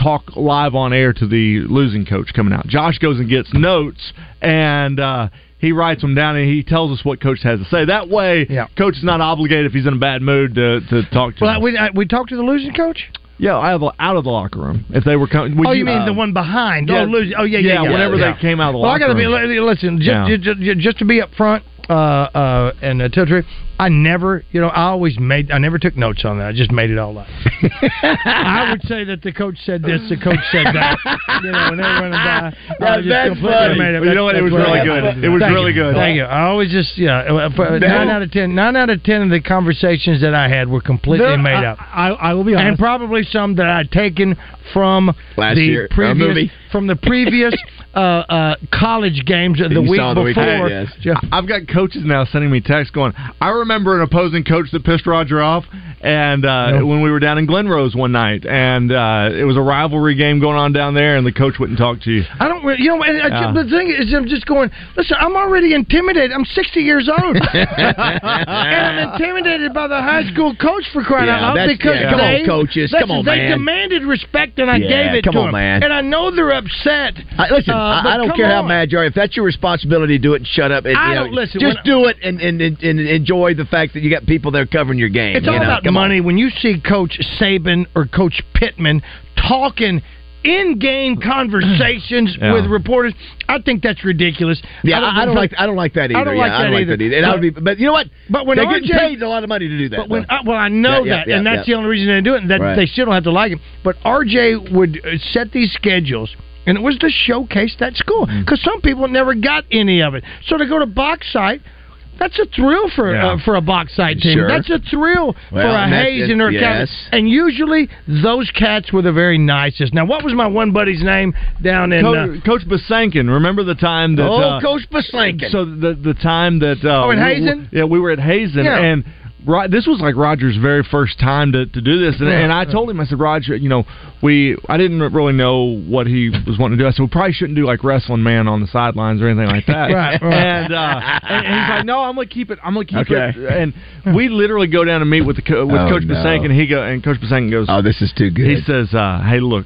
[SPEAKER 5] talk live on air to the losing coach coming out. Josh goes and gets notes and. uh he writes them down and he tells us what coach has to say. That way,
[SPEAKER 4] Yeah.
[SPEAKER 5] coach is not obligated if he's in a bad mood to, to talk to.
[SPEAKER 4] Well,
[SPEAKER 5] him.
[SPEAKER 4] we I, we talked to the losing coach.
[SPEAKER 5] yeah, out of, out of the locker room if they were coming.
[SPEAKER 4] oh, you mean the one behind?
[SPEAKER 5] um, yeah,
[SPEAKER 4] oh, losing. Oh, yeah, yeah, yeah.
[SPEAKER 5] Whenever
[SPEAKER 4] yeah.
[SPEAKER 5] they came out of the
[SPEAKER 4] Well, I
[SPEAKER 5] locker
[SPEAKER 4] got to be
[SPEAKER 5] room.
[SPEAKER 4] li- listen. Just,
[SPEAKER 5] Yeah.
[SPEAKER 4] just, just, just to be up front uh, uh, and uh, tell the truth, I never, you know, I always made, I never took notes on that. I just made
[SPEAKER 5] [LAUGHS]
[SPEAKER 4] it all up. I would say that the coach said this, the coach
[SPEAKER 5] [LAUGHS]
[SPEAKER 4] said [LAUGHS] that. You know, when they were running by,
[SPEAKER 2] That-
[SPEAKER 4] I was just
[SPEAKER 2] that's
[SPEAKER 4] completely
[SPEAKER 2] funny.
[SPEAKER 4] made up.
[SPEAKER 5] You know what? It
[SPEAKER 4] That's
[SPEAKER 5] was
[SPEAKER 4] I-
[SPEAKER 5] really good. It was
[SPEAKER 4] Thank
[SPEAKER 5] really
[SPEAKER 4] you.
[SPEAKER 5] good.
[SPEAKER 4] Thank you. I always just yeah. uh, for- Nine out of ten. Nine out of ten of the conversations that I had were completely
[SPEAKER 3] There-
[SPEAKER 4] made
[SPEAKER 3] I,
[SPEAKER 4] up.
[SPEAKER 3] I, I will be honest.
[SPEAKER 4] And probably some that I'd taken from
[SPEAKER 2] Last
[SPEAKER 4] the
[SPEAKER 2] year, or
[SPEAKER 4] previous
[SPEAKER 2] movie.
[SPEAKER 4] from the previous uh, uh, college games of the
[SPEAKER 2] you
[SPEAKER 4] week
[SPEAKER 2] saw the
[SPEAKER 4] before.
[SPEAKER 2] week before, yes.
[SPEAKER 4] Jeff,
[SPEAKER 5] I've got coaches now sending me texts going, I remember an opposing coach that pissed Roger off, and uh, when we were down in Glenrose one night, and uh, it was a rivalry game going on down there, and the coach wouldn't talk to you.
[SPEAKER 4] I don't. really- You know, and,
[SPEAKER 5] Yeah.
[SPEAKER 4] I- the thing is, I'm just going. Listen, I'm already intimidated. I'm 60
[SPEAKER 2] [LAUGHS]
[SPEAKER 4] years old, and I'm intimidated by the high school coach for crying
[SPEAKER 2] Yeah,
[SPEAKER 4] out loud
[SPEAKER 2] that's-
[SPEAKER 4] because
[SPEAKER 2] yeah, come on,
[SPEAKER 4] they,
[SPEAKER 2] coaches,
[SPEAKER 4] listen,
[SPEAKER 2] come on,
[SPEAKER 4] they
[SPEAKER 2] man.
[SPEAKER 4] demanded respect, and I
[SPEAKER 2] Yeah,
[SPEAKER 4] gave it
[SPEAKER 2] come
[SPEAKER 4] to
[SPEAKER 2] on,
[SPEAKER 4] them.
[SPEAKER 2] man.
[SPEAKER 4] And I know they're upset.
[SPEAKER 2] I, listen,
[SPEAKER 4] Uh,
[SPEAKER 2] I, I
[SPEAKER 4] but
[SPEAKER 2] don't
[SPEAKER 4] come
[SPEAKER 2] care how
[SPEAKER 4] on.
[SPEAKER 2] mad you are. If that's your responsibility, do it and shut up. And,
[SPEAKER 4] I
[SPEAKER 2] you know,
[SPEAKER 4] don't listen.
[SPEAKER 2] Just
[SPEAKER 4] When-
[SPEAKER 2] do it and, and, and, and enjoy the fact that you got people there covering your game.
[SPEAKER 4] It's
[SPEAKER 2] you
[SPEAKER 4] all
[SPEAKER 2] know?
[SPEAKER 4] about
[SPEAKER 2] Come on.
[SPEAKER 4] money. When you see Coach Saban or Coach Pittman talking
[SPEAKER 2] [CLEARS THROAT]
[SPEAKER 4] in-game conversations
[SPEAKER 5] Yeah.
[SPEAKER 4] with reporters, I think that's ridiculous.
[SPEAKER 2] Yeah, I I don't like I don't like that either.
[SPEAKER 4] I don't
[SPEAKER 2] yeah,
[SPEAKER 4] like
[SPEAKER 2] I don't
[SPEAKER 4] that
[SPEAKER 2] like that
[SPEAKER 4] either.
[SPEAKER 2] either. And I would be, but you know what?
[SPEAKER 4] But when
[SPEAKER 2] they
[SPEAKER 4] RJ
[SPEAKER 2] get paid a lot of money to do that.
[SPEAKER 4] But when,
[SPEAKER 2] though.
[SPEAKER 4] uh, well, I know
[SPEAKER 2] Yeah, yeah,
[SPEAKER 4] that,
[SPEAKER 2] yeah,
[SPEAKER 4] and that's
[SPEAKER 2] yeah.
[SPEAKER 4] the only reason they do it. and That
[SPEAKER 2] Right.
[SPEAKER 4] they still don't have to like it. But RJ would uh, set these schedules, and it was to showcase that school
[SPEAKER 2] Mm-hmm.
[SPEAKER 4] because some people never got any of it. So to go to box site. That's a thrill for
[SPEAKER 5] Yeah.
[SPEAKER 4] uh, for a box site team.
[SPEAKER 2] Sure.
[SPEAKER 4] That's a thrill
[SPEAKER 2] Well,
[SPEAKER 4] for a
[SPEAKER 2] and that-
[SPEAKER 4] Hayes and her cats.
[SPEAKER 2] yes.
[SPEAKER 4] And usually those cats were the very nicest. Now, what was my one buddy's name down in?
[SPEAKER 5] Co-
[SPEAKER 4] uh,
[SPEAKER 5] coach Basankin, remember the time that.
[SPEAKER 2] oh,
[SPEAKER 5] uh,
[SPEAKER 2] Coach Baslankin.
[SPEAKER 5] So the the time that uh,
[SPEAKER 4] Oh, in
[SPEAKER 5] we- we-
[SPEAKER 4] Hazen?
[SPEAKER 5] yeah, we were at Hazen,
[SPEAKER 4] Yeah.
[SPEAKER 5] and Ro- this was like Roger's very first time to, to do this, and,
[SPEAKER 4] Yeah.
[SPEAKER 5] and I told him, I said, Roger, you know, we I didn't really know what he was wanting to do. I said, we probably shouldn't do like wrestling man on the sidelines or anything like that.
[SPEAKER 4] [LAUGHS] Right, right.
[SPEAKER 5] And, [LAUGHS] uh, and and he's like, no, I'm gonna keep it. I'm gonna keep
[SPEAKER 2] Okay.
[SPEAKER 5] it. [LAUGHS] And we literally go down and meet with the co- with
[SPEAKER 2] Oh,
[SPEAKER 5] Coach
[SPEAKER 2] no.
[SPEAKER 5] Basankin. He go and Coach Basankin goes,
[SPEAKER 2] oh, this is too good.
[SPEAKER 5] he says, uh, hey, look,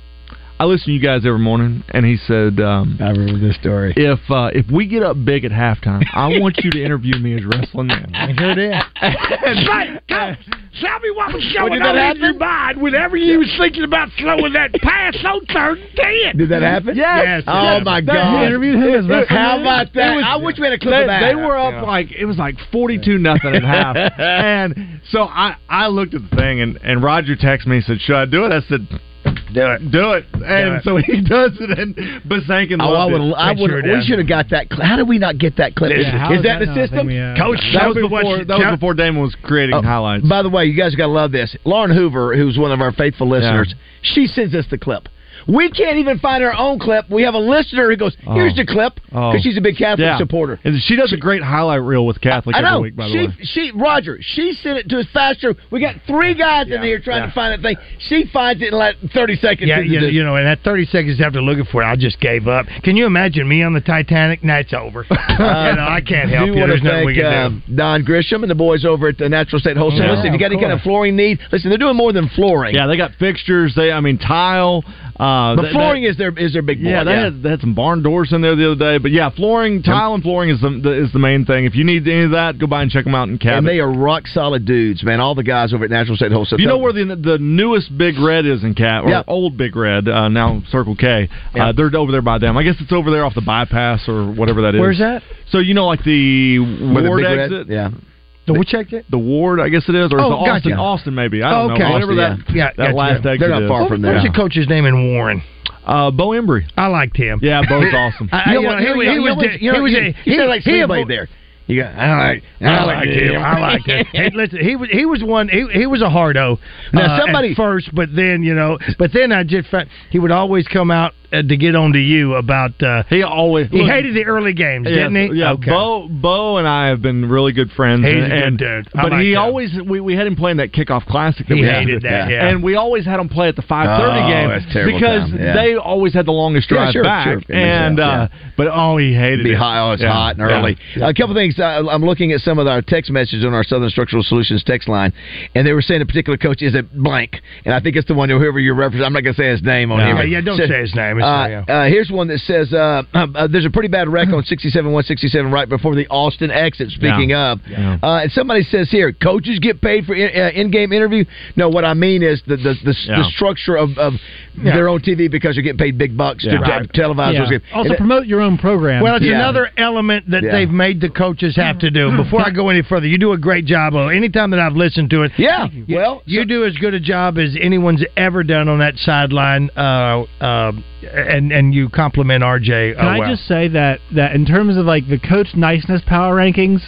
[SPEAKER 5] I listen to you guys every morning, and he said. Um,
[SPEAKER 2] I remember this story.
[SPEAKER 5] if uh, if we get up big at halftime, I want you to interview me as
[SPEAKER 2] [LAUGHS]
[SPEAKER 5] wrestling man.
[SPEAKER 4] here it is.
[SPEAKER 5] And-
[SPEAKER 4] Come, tell me what was going
[SPEAKER 2] did
[SPEAKER 4] on
[SPEAKER 2] that
[SPEAKER 4] in your mind whenever you was thinking about
[SPEAKER 2] [LAUGHS]
[SPEAKER 4] throwing that pass on third and ten.
[SPEAKER 2] Did that happen?
[SPEAKER 5] Yes.
[SPEAKER 2] Oh my
[SPEAKER 5] They
[SPEAKER 2] God!
[SPEAKER 5] interviewed him as wrestling
[SPEAKER 2] How
[SPEAKER 5] man.
[SPEAKER 2] about
[SPEAKER 5] It
[SPEAKER 2] that?
[SPEAKER 5] was-
[SPEAKER 2] I wish we had a clip
[SPEAKER 5] They,
[SPEAKER 2] of that.
[SPEAKER 5] they were up like it was like forty two nothing at half,
[SPEAKER 2] [LAUGHS]
[SPEAKER 5] and so I I looked at the thing and and Roger texted me and said, should I do it? I said. Do it, do it, and
[SPEAKER 4] it.
[SPEAKER 5] so he [LAUGHS] does it, and Basankin
[SPEAKER 2] Oh, I
[SPEAKER 5] loved
[SPEAKER 2] would.
[SPEAKER 5] it.
[SPEAKER 2] I would.
[SPEAKER 4] sure
[SPEAKER 2] we
[SPEAKER 4] did.
[SPEAKER 2] should have got that. Clip. How did we not get that clip?
[SPEAKER 3] Yeah, how
[SPEAKER 2] is,
[SPEAKER 3] is
[SPEAKER 2] that,
[SPEAKER 3] that
[SPEAKER 2] the
[SPEAKER 3] not a
[SPEAKER 2] system?
[SPEAKER 3] thing we have?
[SPEAKER 5] That
[SPEAKER 2] tell
[SPEAKER 5] was
[SPEAKER 2] me what
[SPEAKER 5] before.
[SPEAKER 2] you-
[SPEAKER 5] That was before Damon was creating
[SPEAKER 2] Oh,
[SPEAKER 5] highlights.
[SPEAKER 2] By the way, you guys got to love this. Lauren Hoover, who's one of our faithful listeners, she sends us the clip. We can't even find our own clip. We have a listener who goes, "Here's the clip,"
[SPEAKER 5] Oh.
[SPEAKER 2] because she's a big Catholic
[SPEAKER 5] Yeah.
[SPEAKER 2] supporter.
[SPEAKER 5] And she does a great highlight reel with Catholic
[SPEAKER 2] I know.
[SPEAKER 5] every week, by the
[SPEAKER 2] she,
[SPEAKER 5] way.
[SPEAKER 2] she, Roger, she sent it to us faster. We got three guys in here trying to find that thing. She finds it in like 30 seconds.
[SPEAKER 4] Yeah,
[SPEAKER 2] into
[SPEAKER 4] you,
[SPEAKER 2] this.
[SPEAKER 4] you know, and at 30 seconds after looking for it, I just gave up. Can you imagine me on the Titanic? Nah, it's over.
[SPEAKER 2] [LAUGHS]
[SPEAKER 4] you know, Oh, I can't help
[SPEAKER 2] do
[SPEAKER 4] you.
[SPEAKER 2] wanna
[SPEAKER 4] There's nothing we
[SPEAKER 2] thank,
[SPEAKER 4] can do.
[SPEAKER 2] um, Don Grisham and the boys over at the Natural State Wholesale.
[SPEAKER 5] Yeah,
[SPEAKER 2] listen, if you
[SPEAKER 5] of
[SPEAKER 2] got any kind of
[SPEAKER 5] course.
[SPEAKER 2] flooring need, listen, they're doing more than flooring.
[SPEAKER 5] Yeah, they got fixtures. They, I mean, tile. Uh,
[SPEAKER 2] the
[SPEAKER 5] that-
[SPEAKER 2] flooring
[SPEAKER 5] that-
[SPEAKER 2] is their is their big boy.
[SPEAKER 5] Yeah, they had, they had some barn doors in there the other day, but yeah, flooring, tile, and flooring is the, the is the main thing. If you need any of that, go by and check them out in Cabot.
[SPEAKER 2] and they are rock solid dudes, man. All the guys over at Natural State Wholesale.
[SPEAKER 5] Do you know
[SPEAKER 2] Tell-
[SPEAKER 5] where the the newest Big Red is in Cat or
[SPEAKER 2] Yeah.
[SPEAKER 5] old Big Red uh, now Circle K? Uh, they're over there by them. I guess it's over there off the bypass or whatever that is.
[SPEAKER 4] Where's that?
[SPEAKER 5] So you know, like the
[SPEAKER 2] where the
[SPEAKER 5] Ward
[SPEAKER 2] big red-
[SPEAKER 5] exit,
[SPEAKER 2] Yeah.
[SPEAKER 4] Double check it.
[SPEAKER 5] the Ward, I guess it is, or is
[SPEAKER 4] Oh,
[SPEAKER 5] it Austin?
[SPEAKER 4] gotcha.
[SPEAKER 5] Austin, maybe. I don't
[SPEAKER 4] Okay.
[SPEAKER 5] know. Whatever
[SPEAKER 2] Austin,
[SPEAKER 5] that
[SPEAKER 4] yeah.
[SPEAKER 5] that
[SPEAKER 4] Gotcha.
[SPEAKER 5] last
[SPEAKER 4] They're
[SPEAKER 5] exit
[SPEAKER 2] not
[SPEAKER 5] is.
[SPEAKER 2] far
[SPEAKER 4] What,
[SPEAKER 2] from
[SPEAKER 4] what was
[SPEAKER 2] there.
[SPEAKER 4] the coach's name in Warren?
[SPEAKER 5] Uh, Bo Embry.
[SPEAKER 4] I liked him.
[SPEAKER 5] Yeah,
[SPEAKER 4] [LAUGHS]
[SPEAKER 5] Bo's awesome.
[SPEAKER 4] I, I,
[SPEAKER 2] You
[SPEAKER 4] you
[SPEAKER 2] know
[SPEAKER 4] know,
[SPEAKER 2] what?
[SPEAKER 4] he,
[SPEAKER 2] Here we
[SPEAKER 4] he
[SPEAKER 2] go.
[SPEAKER 4] was.
[SPEAKER 2] You know
[SPEAKER 4] di-
[SPEAKER 2] what- you know what-
[SPEAKER 4] he was. a-
[SPEAKER 2] you
[SPEAKER 4] he
[SPEAKER 2] said
[SPEAKER 4] was
[SPEAKER 2] like
[SPEAKER 4] he
[SPEAKER 2] somebody
[SPEAKER 4] avo-
[SPEAKER 2] there. You got, I like,
[SPEAKER 4] I like him. I like him. Hey, listen, he was he was one. He, he was a hardo.
[SPEAKER 2] Now,
[SPEAKER 4] uh,
[SPEAKER 2] somebody-
[SPEAKER 4] at first, but then you know, but then I just found, he would always come out uh, to get on to you about. Uh,
[SPEAKER 5] He always
[SPEAKER 4] he
[SPEAKER 5] look,
[SPEAKER 4] hated the early games,
[SPEAKER 5] yeah,
[SPEAKER 4] didn't he?
[SPEAKER 5] Yeah,
[SPEAKER 4] Okay.
[SPEAKER 5] Bo, Bo and I have been really good friends.
[SPEAKER 4] He's a
[SPEAKER 5] and,
[SPEAKER 4] good
[SPEAKER 5] and-
[SPEAKER 4] dude. I
[SPEAKER 5] But
[SPEAKER 4] like
[SPEAKER 5] he
[SPEAKER 4] him.
[SPEAKER 5] always we, we had him playing that kickoff classic. That
[SPEAKER 4] He
[SPEAKER 5] we had.
[SPEAKER 4] hated that, yeah.
[SPEAKER 5] and we always had him play at the five thirty
[SPEAKER 2] Oh,
[SPEAKER 5] game
[SPEAKER 2] that's terrible
[SPEAKER 5] because
[SPEAKER 2] time, yeah.
[SPEAKER 5] they always had the longest
[SPEAKER 2] Yeah,
[SPEAKER 5] drive
[SPEAKER 2] sure,
[SPEAKER 5] back.
[SPEAKER 2] sure. It makes
[SPEAKER 5] And
[SPEAKER 2] sense,
[SPEAKER 5] uh, but oh, he hated
[SPEAKER 2] be
[SPEAKER 5] it.
[SPEAKER 2] hot. Oh, it's
[SPEAKER 5] Yeah,
[SPEAKER 2] hot and
[SPEAKER 5] yeah.
[SPEAKER 2] early. A couple things. Uh, I'm looking at some of our text messages on our Southern Structural Solutions text line, and they were saying a particular coach is a blank, and I think it's the one whoever you're referencing. I'm not going to say his name on
[SPEAKER 4] Yeah,
[SPEAKER 2] here. but-
[SPEAKER 4] yeah, don't
[SPEAKER 2] so-
[SPEAKER 4] say his name. It's,
[SPEAKER 2] Uh, uh, here's one that says uh, [CLEARS THROAT] uh, there's a pretty bad wreck on 67 167 right before the Austin exit. Speaking of,
[SPEAKER 5] Yeah.
[SPEAKER 2] uh, and somebody says here, coaches get paid for in, uh, in-game interview. No, what I mean is the the, the,
[SPEAKER 5] Yeah.
[SPEAKER 2] the structure of, of their own TV because they're getting paid big bucks to
[SPEAKER 5] Yeah.
[SPEAKER 2] to televise those games.
[SPEAKER 3] Also,
[SPEAKER 2] And-
[SPEAKER 3] promote your own program.
[SPEAKER 4] Well, it's
[SPEAKER 2] Yeah.
[SPEAKER 4] another element that
[SPEAKER 2] Yeah.
[SPEAKER 4] they've made the coaches have to [LAUGHS] do. Before I go any further, you do a great job. Of, anytime that I've listened to it,
[SPEAKER 2] yeah,
[SPEAKER 4] you-
[SPEAKER 2] well,
[SPEAKER 4] you do as good a job as anyone's ever done on that sideline, uh, uh, and and you compliment RJ.
[SPEAKER 3] Can
[SPEAKER 4] uh, well.
[SPEAKER 3] I just say that that in terms of like the coach niceness power rankings,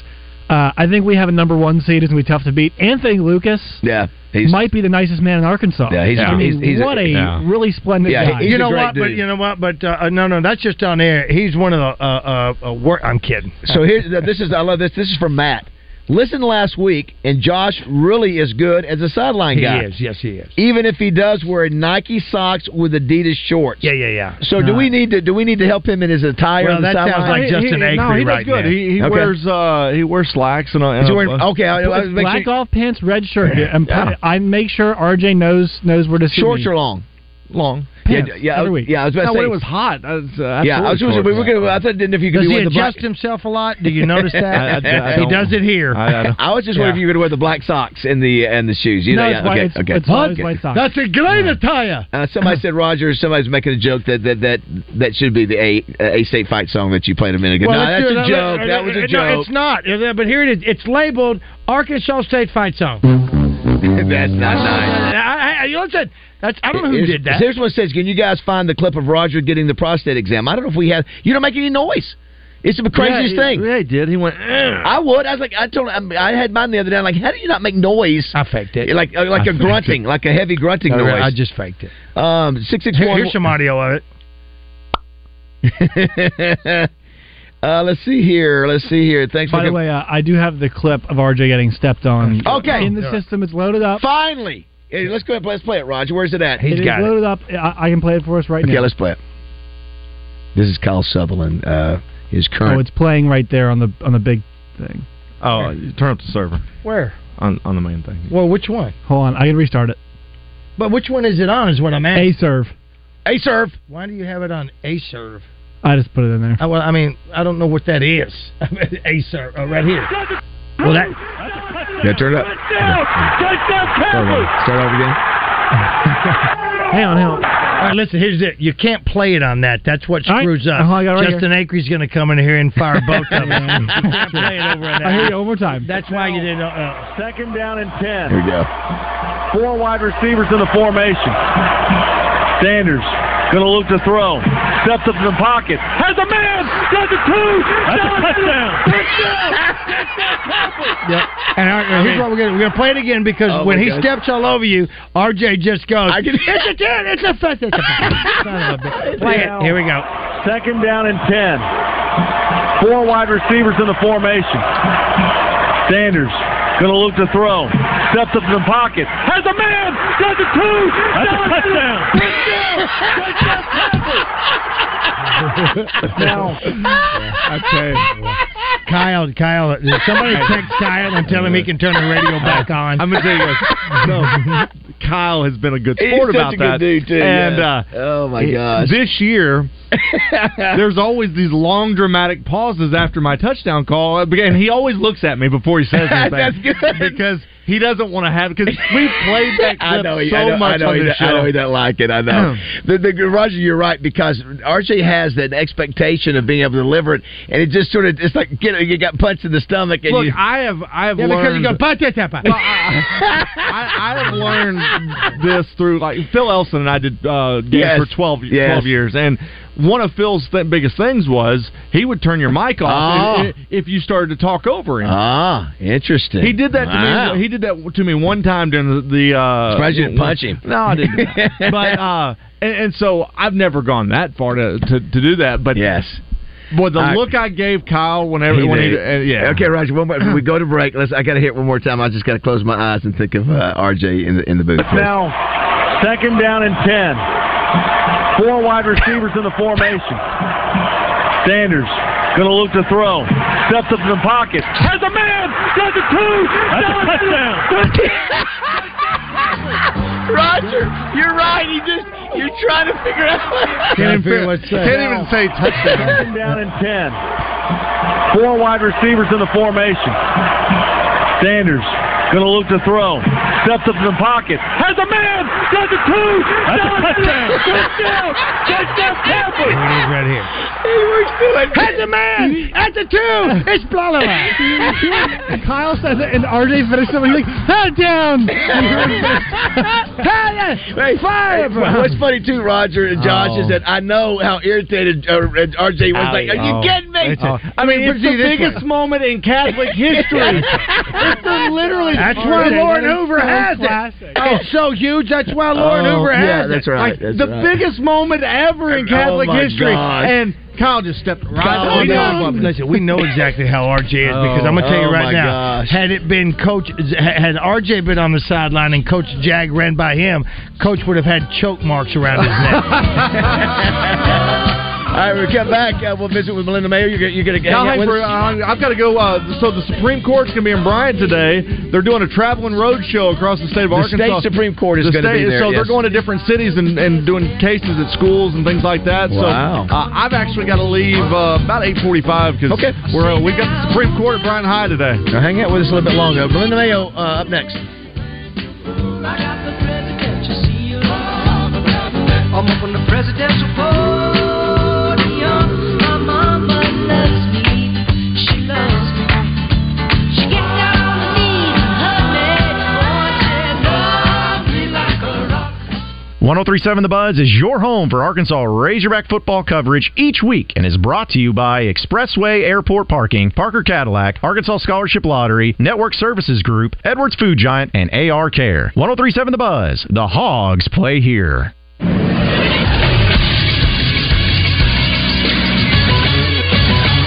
[SPEAKER 3] uh, I think we have a number one seed and we tough to beat. Anthony Lucas
[SPEAKER 2] yeah, he's
[SPEAKER 3] might be the nicest man in Arkansas.
[SPEAKER 2] Yeah, he's-
[SPEAKER 3] I mean,
[SPEAKER 2] he's- he's a-
[SPEAKER 3] what a,
[SPEAKER 5] yeah.
[SPEAKER 3] really splendid
[SPEAKER 2] Yeah,
[SPEAKER 3] guy.
[SPEAKER 2] he- he's
[SPEAKER 4] you
[SPEAKER 2] a
[SPEAKER 4] know
[SPEAKER 2] great
[SPEAKER 4] what? But
[SPEAKER 2] dude.
[SPEAKER 4] you know what? But uh, uh, no, no, that's just on air. He's one of the uh, uh, uh, wor- I'm kidding.
[SPEAKER 2] So here, th- this is I love this. This is from Matt. Listen last week, and Josh really is good as a sideline
[SPEAKER 4] He
[SPEAKER 2] guy.
[SPEAKER 4] is. Yes, he is.
[SPEAKER 2] Even if he does wear Nike socks with Adidas shorts.
[SPEAKER 4] Yeah, yeah, yeah.
[SPEAKER 2] So do we need to do we need to help him in his attire?
[SPEAKER 4] Well,
[SPEAKER 2] on the
[SPEAKER 4] that sounds
[SPEAKER 2] sideline?
[SPEAKER 4] like Justin
[SPEAKER 5] he, no,
[SPEAKER 4] Acri
[SPEAKER 5] he
[SPEAKER 4] right
[SPEAKER 5] does good.
[SPEAKER 4] now.
[SPEAKER 5] He, he
[SPEAKER 2] Okay.
[SPEAKER 5] wears uh, he wears slacks and, a- and
[SPEAKER 2] He's
[SPEAKER 5] a-
[SPEAKER 2] wearing- okay. I, I, make
[SPEAKER 3] black
[SPEAKER 2] sure,
[SPEAKER 3] golf pants, red shirt. And
[SPEAKER 2] Yeah.
[SPEAKER 3] I make sure RJ knows knows where to see
[SPEAKER 2] shorts
[SPEAKER 3] me.
[SPEAKER 2] are long.
[SPEAKER 5] long.
[SPEAKER 3] Pants,
[SPEAKER 2] yeah, yeah, I-
[SPEAKER 3] every week.
[SPEAKER 2] yeah. I was about to
[SPEAKER 5] No,
[SPEAKER 2] say.
[SPEAKER 5] when it was hot, I was,
[SPEAKER 2] yeah,
[SPEAKER 5] uh,
[SPEAKER 2] I was gonna
[SPEAKER 5] absolutely
[SPEAKER 2] say, we were
[SPEAKER 5] short.
[SPEAKER 2] gonna. I thought didn't know if you could
[SPEAKER 4] Does
[SPEAKER 2] be
[SPEAKER 4] he
[SPEAKER 2] with the black.
[SPEAKER 4] adjust himself a lot? Do you
[SPEAKER 2] [LAUGHS]
[SPEAKER 4] notice that?
[SPEAKER 5] [LAUGHS] I- I- I
[SPEAKER 4] he
[SPEAKER 5] don't-
[SPEAKER 4] does it here.
[SPEAKER 5] I- I don't-
[SPEAKER 2] I was just wondering if you were gonna wear the black socks and the and the shoes. You
[SPEAKER 3] No,
[SPEAKER 2] know,
[SPEAKER 3] it's
[SPEAKER 2] yeah,
[SPEAKER 3] white-
[SPEAKER 2] okay,
[SPEAKER 3] it's-
[SPEAKER 2] okay.
[SPEAKER 3] it's always white socks.
[SPEAKER 4] That's a great attire.
[SPEAKER 2] Uh, somebody said Roger. Somebody's making a joke that that that, that should be the a a state fight song that you played a minute ago. no,
[SPEAKER 4] let's
[SPEAKER 2] that's
[SPEAKER 4] do
[SPEAKER 2] a
[SPEAKER 4] it.
[SPEAKER 2] joke.
[SPEAKER 4] Uh,
[SPEAKER 2] That was
[SPEAKER 4] no,
[SPEAKER 2] a joke.
[SPEAKER 4] it's not. Uh, But here it is. It's labeled Arkansas State Fight Song. [LAUGHS]
[SPEAKER 2] [LAUGHS] that's not nice.
[SPEAKER 4] I, I, I, listen, that's, Oh, I don't know who
[SPEAKER 2] Here's-
[SPEAKER 4] did that.
[SPEAKER 2] Here's one says, "Can you guys find the clip of Roger getting the prostate exam?" I don't know if we had. You don't make any noise. It's the craziest
[SPEAKER 5] yeah, he-
[SPEAKER 2] thing.
[SPEAKER 5] Yeah, he did. He went. "Eh."
[SPEAKER 2] I would. I was like, I told. I, mean, I had mine the other day. I'm like, how do you not make noise?
[SPEAKER 4] I faked it.
[SPEAKER 2] Like uh, like a grunting, like a heavy grunting
[SPEAKER 4] No, I
[SPEAKER 2] noise.
[SPEAKER 4] just faked it.
[SPEAKER 2] Um, six six
[SPEAKER 4] Here-
[SPEAKER 2] one.
[SPEAKER 4] here's some audio of it.
[SPEAKER 2] [LAUGHS] Uh, let's see here. Let's see here. Thanks
[SPEAKER 3] By
[SPEAKER 2] for
[SPEAKER 3] the way, uh, I do have the clip of RJ getting stepped on. Uh,
[SPEAKER 2] Okay.
[SPEAKER 3] In the system, it's loaded up.
[SPEAKER 2] Finally, Hey, let's go ahead. and play- Let's play it, Roger. Where's it at?
[SPEAKER 3] It
[SPEAKER 4] He's
[SPEAKER 3] is
[SPEAKER 4] got it.
[SPEAKER 3] loaded up. I, I can play it for us right
[SPEAKER 2] Okay,
[SPEAKER 3] now.
[SPEAKER 2] let's play it. This is Kyle Sutherland. Uh, his
[SPEAKER 3] Oh,
[SPEAKER 2] current.
[SPEAKER 3] it's playing right there on the on the big thing.
[SPEAKER 5] Oh, you turn up the server
[SPEAKER 4] Where?
[SPEAKER 5] on on the main thing.
[SPEAKER 4] Well, which one?
[SPEAKER 3] Hold on, I can restart it.
[SPEAKER 4] But which one is it on is what I'm asking.
[SPEAKER 3] A serve.
[SPEAKER 2] hey, serve.
[SPEAKER 4] Why do you have it on A serve?
[SPEAKER 3] I just put it in there.
[SPEAKER 4] I, well, I mean, I don't know what that is. [LAUGHS] A serve, uh, right here. Well, that,
[SPEAKER 2] Yeah, turn it up. Start over. Start over again.
[SPEAKER 3] Hang on, hang on.
[SPEAKER 4] all right, listen, here's it. You can't play it on that. That's what
[SPEAKER 3] All right.
[SPEAKER 4] screws up.
[SPEAKER 3] Uh-huh, I got it right
[SPEAKER 4] Justin Acree's going to come in here and fire both [LAUGHS]
[SPEAKER 5] [LAUGHS]
[SPEAKER 4] of them. You can't play it over
[SPEAKER 3] I hear
[SPEAKER 4] that.
[SPEAKER 3] you one more time.
[SPEAKER 4] That's why you didn't. Uh,
[SPEAKER 6] Second down and 10.
[SPEAKER 2] Here we go.
[SPEAKER 6] Four wide receivers in the formation. Sanders Going to look to throw. Steps up in the pocket. Has a man. Does a two.
[SPEAKER 3] That's a touchdown.
[SPEAKER 4] Yep. And our,
[SPEAKER 3] I
[SPEAKER 4] here's
[SPEAKER 3] mean-
[SPEAKER 4] what we're gonna we're gonna play it again because
[SPEAKER 3] Oh,
[SPEAKER 4] when
[SPEAKER 3] my
[SPEAKER 4] he
[SPEAKER 3] God.
[SPEAKER 4] steps all over you, RJ just goes. it's a ten. It's a fifth.
[SPEAKER 5] [LAUGHS]
[SPEAKER 4] It's a fifth. Son of a bitch. Play it. Here we go.
[SPEAKER 6] Second down and 10. Four wide receivers in the formation. Sanders going to look to throw. Steps up in the pocket. Has a man. Does a two.
[SPEAKER 3] That's a
[SPEAKER 6] Does
[SPEAKER 3] touchdown.
[SPEAKER 4] Okay. Kyle, Kyle,
[SPEAKER 5] [LAUGHS]
[SPEAKER 4] somebody text Kyle and tell him he can turn the radio back on.
[SPEAKER 5] I'm gonna tell you
[SPEAKER 4] [LAUGHS]
[SPEAKER 5] what. So, Kyle has been a good
[SPEAKER 4] He's
[SPEAKER 5] sport about
[SPEAKER 4] such a good
[SPEAKER 5] that.
[SPEAKER 4] dude, too,
[SPEAKER 5] and
[SPEAKER 4] yeah.
[SPEAKER 5] uh,
[SPEAKER 4] Oh, my
[SPEAKER 5] it-
[SPEAKER 4] gosh.
[SPEAKER 5] This
[SPEAKER 4] [LAUGHS]
[SPEAKER 5] year, there's always these long dramatic pauses after my touchdown call, Uh, and he always looks at me before he
[SPEAKER 4] [LAUGHS]
[SPEAKER 5] says anything.
[SPEAKER 3] That's
[SPEAKER 5] good because he doesn't want to have because we played that clip
[SPEAKER 2] I know, he,
[SPEAKER 5] so
[SPEAKER 2] I know,
[SPEAKER 5] much
[SPEAKER 2] I know,
[SPEAKER 5] on
[SPEAKER 2] he,
[SPEAKER 3] Oh,
[SPEAKER 5] this
[SPEAKER 2] don't- I know
[SPEAKER 5] show.
[SPEAKER 2] he doesn't like it. I
[SPEAKER 3] [CLEARS THROAT]
[SPEAKER 2] know. the, the, Roger, you're right because RJ has that expectation of being able to deliver it, and it just sort of it's like get you got punched in the stomach. And
[SPEAKER 5] Look,
[SPEAKER 2] you,
[SPEAKER 5] I have I have
[SPEAKER 2] Yeah, because
[SPEAKER 5] learned
[SPEAKER 2] you go,
[SPEAKER 4] punch it, tapa.
[SPEAKER 5] [LAUGHS] Well, I, I, I have learned this through like Phil Elson and I did uh, games
[SPEAKER 2] Yes.
[SPEAKER 5] for 12,
[SPEAKER 2] Yes.
[SPEAKER 5] 12 years, and one of Phil's th- biggest things was he would turn your mic off
[SPEAKER 2] Ah.
[SPEAKER 5] if, if you started to talk over him.
[SPEAKER 2] ah, interesting.
[SPEAKER 5] He did that
[SPEAKER 2] Wow.
[SPEAKER 5] to me. He did that to me one time during the. the uh,
[SPEAKER 2] Surprised you didn't punch him.
[SPEAKER 5] No, I didn't.
[SPEAKER 2] [LAUGHS]
[SPEAKER 5] but uh, and, and so I've never gone that far to to, to do that. But
[SPEAKER 2] yes,
[SPEAKER 5] boy, the
[SPEAKER 2] I-
[SPEAKER 5] look I gave Kyle whenever
[SPEAKER 2] He
[SPEAKER 5] when
[SPEAKER 2] did.
[SPEAKER 5] he, uh, yeah.
[SPEAKER 2] Okay, Roger. One more, we go to break. Let's. I got to hear it one more time. I just got to close my eyes and think of uh, RJ in the in the booth.
[SPEAKER 6] Now, second down and 10. Four wide receivers in the formation. Sanders going to look to throw. Steps up in the pocket. Has a man. Does a two.
[SPEAKER 3] That's a
[SPEAKER 6] Does
[SPEAKER 3] touchdown.
[SPEAKER 2] Roger, you're right. You just you're trying to figure out.
[SPEAKER 6] Can't
[SPEAKER 3] even- can't even say touchdown.
[SPEAKER 6] Second down and ten. Four wide receivers in the formation. Sanders going to look to throw. Steps up in the pocket. Has a man. Does a two.
[SPEAKER 3] That's a
[SPEAKER 6] Does it.
[SPEAKER 3] touchdown.
[SPEAKER 6] Touchdown. Touchdown. Tampa.
[SPEAKER 4] Here it is right here.
[SPEAKER 3] He works through it. That's a man. That's a two.
[SPEAKER 4] It's blah blah blah. [LAUGHS] Kyle says it, and RJ finishes it. He's like, head
[SPEAKER 2] [LAUGHS]
[SPEAKER 4] down.
[SPEAKER 2] Hey,
[SPEAKER 4] Fire,
[SPEAKER 2] hey,
[SPEAKER 4] bro.
[SPEAKER 2] What's funny too, Roger and Josh,
[SPEAKER 4] Oh.
[SPEAKER 2] is that I know how irritated uh, RJ was. Like, are you
[SPEAKER 5] Oh.
[SPEAKER 2] kidding me?
[SPEAKER 5] Oh.
[SPEAKER 2] I mean,
[SPEAKER 5] it's the biggest moment in
[SPEAKER 2] [LAUGHS]
[SPEAKER 5] Catholic history.
[SPEAKER 4] it's the literally.
[SPEAKER 5] That's
[SPEAKER 4] Oh,
[SPEAKER 5] why
[SPEAKER 4] that
[SPEAKER 2] [LAUGHS]
[SPEAKER 5] Lauren
[SPEAKER 4] is
[SPEAKER 5] Hoover
[SPEAKER 4] so
[SPEAKER 5] has it.
[SPEAKER 4] classic. Oh.
[SPEAKER 5] It's so huge. That's why Lauren
[SPEAKER 2] Oh,
[SPEAKER 5] Hoover has
[SPEAKER 2] yeah,
[SPEAKER 5] it.
[SPEAKER 2] that's right,
[SPEAKER 5] Like,
[SPEAKER 2] that's
[SPEAKER 5] the
[SPEAKER 2] right.
[SPEAKER 5] biggest moment ever in
[SPEAKER 2] Oh,
[SPEAKER 5] Catholic
[SPEAKER 2] my
[SPEAKER 5] history.
[SPEAKER 2] gosh.
[SPEAKER 5] And Kyle just stepped right
[SPEAKER 4] Kyle,
[SPEAKER 5] on
[SPEAKER 4] we
[SPEAKER 5] top
[SPEAKER 4] know-
[SPEAKER 5] of it.
[SPEAKER 4] Oh, listen, we know exactly how RJ is because
[SPEAKER 5] Oh,
[SPEAKER 4] I'm going to tell you
[SPEAKER 5] oh
[SPEAKER 4] right
[SPEAKER 5] my
[SPEAKER 4] now.
[SPEAKER 5] gosh.
[SPEAKER 4] Had it been Coach, had RJ been on the sideline and Coach Jag ran by him, Coach would have had choke marks around
[SPEAKER 5] [LAUGHS]
[SPEAKER 4] his neck.
[SPEAKER 2] All right, when we come back. Uh, we'll visit with Melinda Mayer. You're, gonna- you're going to
[SPEAKER 5] Now,
[SPEAKER 2] hang out
[SPEAKER 5] hey,
[SPEAKER 2] with
[SPEAKER 5] for,
[SPEAKER 2] us?
[SPEAKER 5] uh, I've got to go. Uh, so the Supreme Court's going to be in Bryan today. They're doing a traveling road show across the state of
[SPEAKER 2] The state
[SPEAKER 5] Arkansas.
[SPEAKER 2] Supreme Court is
[SPEAKER 5] The
[SPEAKER 2] gonna be
[SPEAKER 5] state-
[SPEAKER 2] there,
[SPEAKER 5] So
[SPEAKER 2] yes.
[SPEAKER 5] they're going to different cities and, and doing cases at schools and things like that.
[SPEAKER 2] Wow.
[SPEAKER 5] So uh, I've actually got to leave uh, about eight forty-five because
[SPEAKER 2] Okay.
[SPEAKER 5] we're uh, we've got the Supreme Court at Bryan High today.
[SPEAKER 2] Now, hang out with us a little bit longer. Melinda Mayo uh, up next.
[SPEAKER 3] I'm up on the presidential podium. My mama loves me. She loves me. She gets down on her knees and hugs me. Oh, she loves me like a rock.
[SPEAKER 7] 1037 The Buzz is your home for Arkansas Razorback football coverage each week and is brought to you by Expressway Airport Parking, Parker Cadillac, Arkansas Scholarship Lottery, Network Services Group, Edwards Food Giant, and AR Care. 1037 The Buzz, the Hogs play here.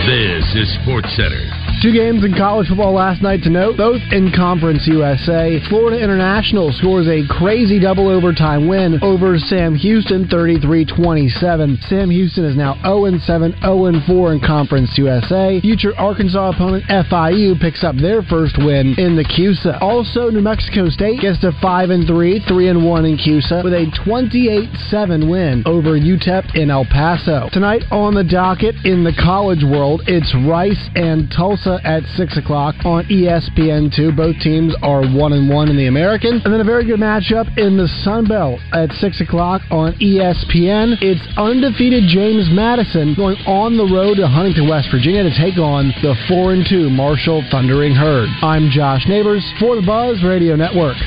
[SPEAKER 8] This is Sports Center.
[SPEAKER 9] Two games in college football last night to note, both in Conference USA. Florida International scores a crazy double overtime win over Sam Houston 33-27. Sam Houston is now 0-7, 0-4 in Conference USA. Future Arkansas opponent FIU picks up their first win in the CUSA. Also, New Mexico State gets to 5-3, 3-1 in CUSA with a 28-7 win over UTEP in El Paso. Tonight on the docket in the college world, it's Rice and Tulsa at six o'clock on E ESPN2. Both teams are one and one in the American, and then a very good matchup in the Sun Belt at six o'clock on E ESPN. It's undefeated James Madison going on the road to Huntington, West Virginia, to take on the four and two Marshall
[SPEAKER 4] [LAUGHS]
[SPEAKER 9] Thundering Herd. I'm Josh Neighbors for the Buzz Radio Network.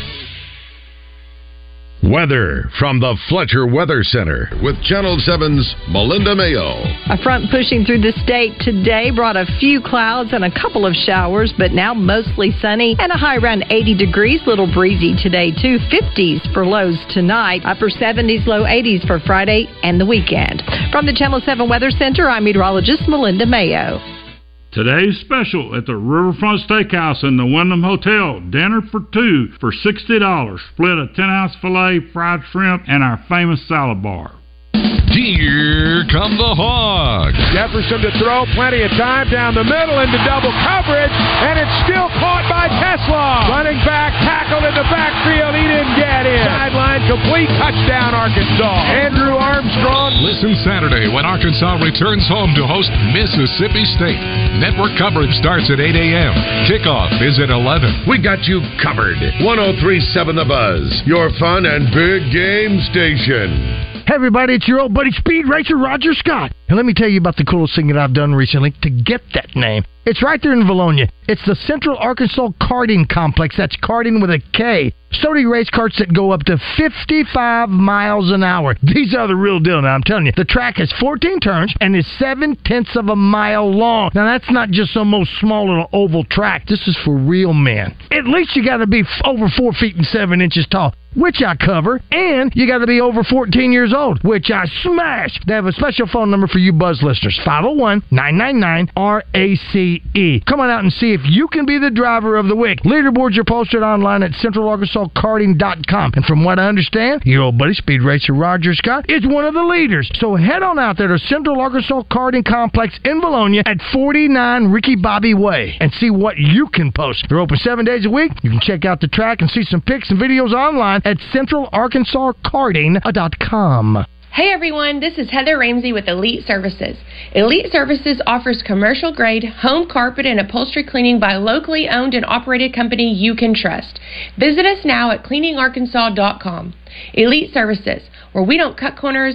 [SPEAKER 10] Weather from the Fletcher Weather Center with Channel 7's Melinda Mayo.
[SPEAKER 11] A front pushing through the state today brought a few clouds and a couple of showers, but now mostly sunny and a high around 80 degrees. Little breezy today, too. 50s for lows tonight, upper 70s, low 80s for Friday and the weekend. From the Channel 7 Weather Center, I'm meteorologist Melinda Mayo.
[SPEAKER 12] Today's special at the Riverfront Steakhouse in the Wyndham Hotel. Dinner for two for $60. Split a 10 ounce filet, fried shrimp, and our famous salad bar.
[SPEAKER 10] Here come the Hogs.
[SPEAKER 13] Jefferson to throw, plenty of time down the middle into double coverage, and it's still caught by Tesla. Running back, tackled in the backfield, he didn't get in. Sideline complete, touchdown Arkansas. Andrew Armstrong.
[SPEAKER 10] Listen Saturday when Arkansas returns home to host Mississippi State. Network coverage starts at 8 a.m. Kickoff is at 11.
[SPEAKER 8] We got you covered. 1037 The Buzz, your fun and big game station.
[SPEAKER 4] Hey everybody, it's your old buddy Speed Racer Roger Scott. And let me tell you about the coolest thing that I've done recently to get that name. It's right there in Valonia. It's the Central Arkansas Karting Complex. That's karting with a K. So do race carts that go up to 55 miles an hour. These are the real deal now, I'm telling you. The track has 14 turns and is 7 tenths of a mile long. Now, that's not just some old small little oval track. This is for real men. At least you got to be f- over 4 feet and 7 inches tall which I cover, and you got to be over 14 years old, which I smash. They have a special phone number for you buzz listeners 501 999 RACE. E. Come on out and see if you can be the driver of the week. Leaderboards are posted online at centralarkansaskarting.com. And from what I understand, your old buddy Speed Racer Roger Scott is one of the leaders. So head on out there to Central Arkansas Karting Complex in Bologna at 49 Ricky Bobby Way and see what you can post. They're open seven days a week. You can check out the track and see some pics and videos online at centralarkansaskarting.com.
[SPEAKER 14] Hey everyone, this is Heather Ramsey with Elite Services. Elite Services offers commercial grade home carpet and upholstery cleaning by locally owned and operated company you can trust. Visit us now at cleaningarkansas.com. Elite Services, where we don't cut corners,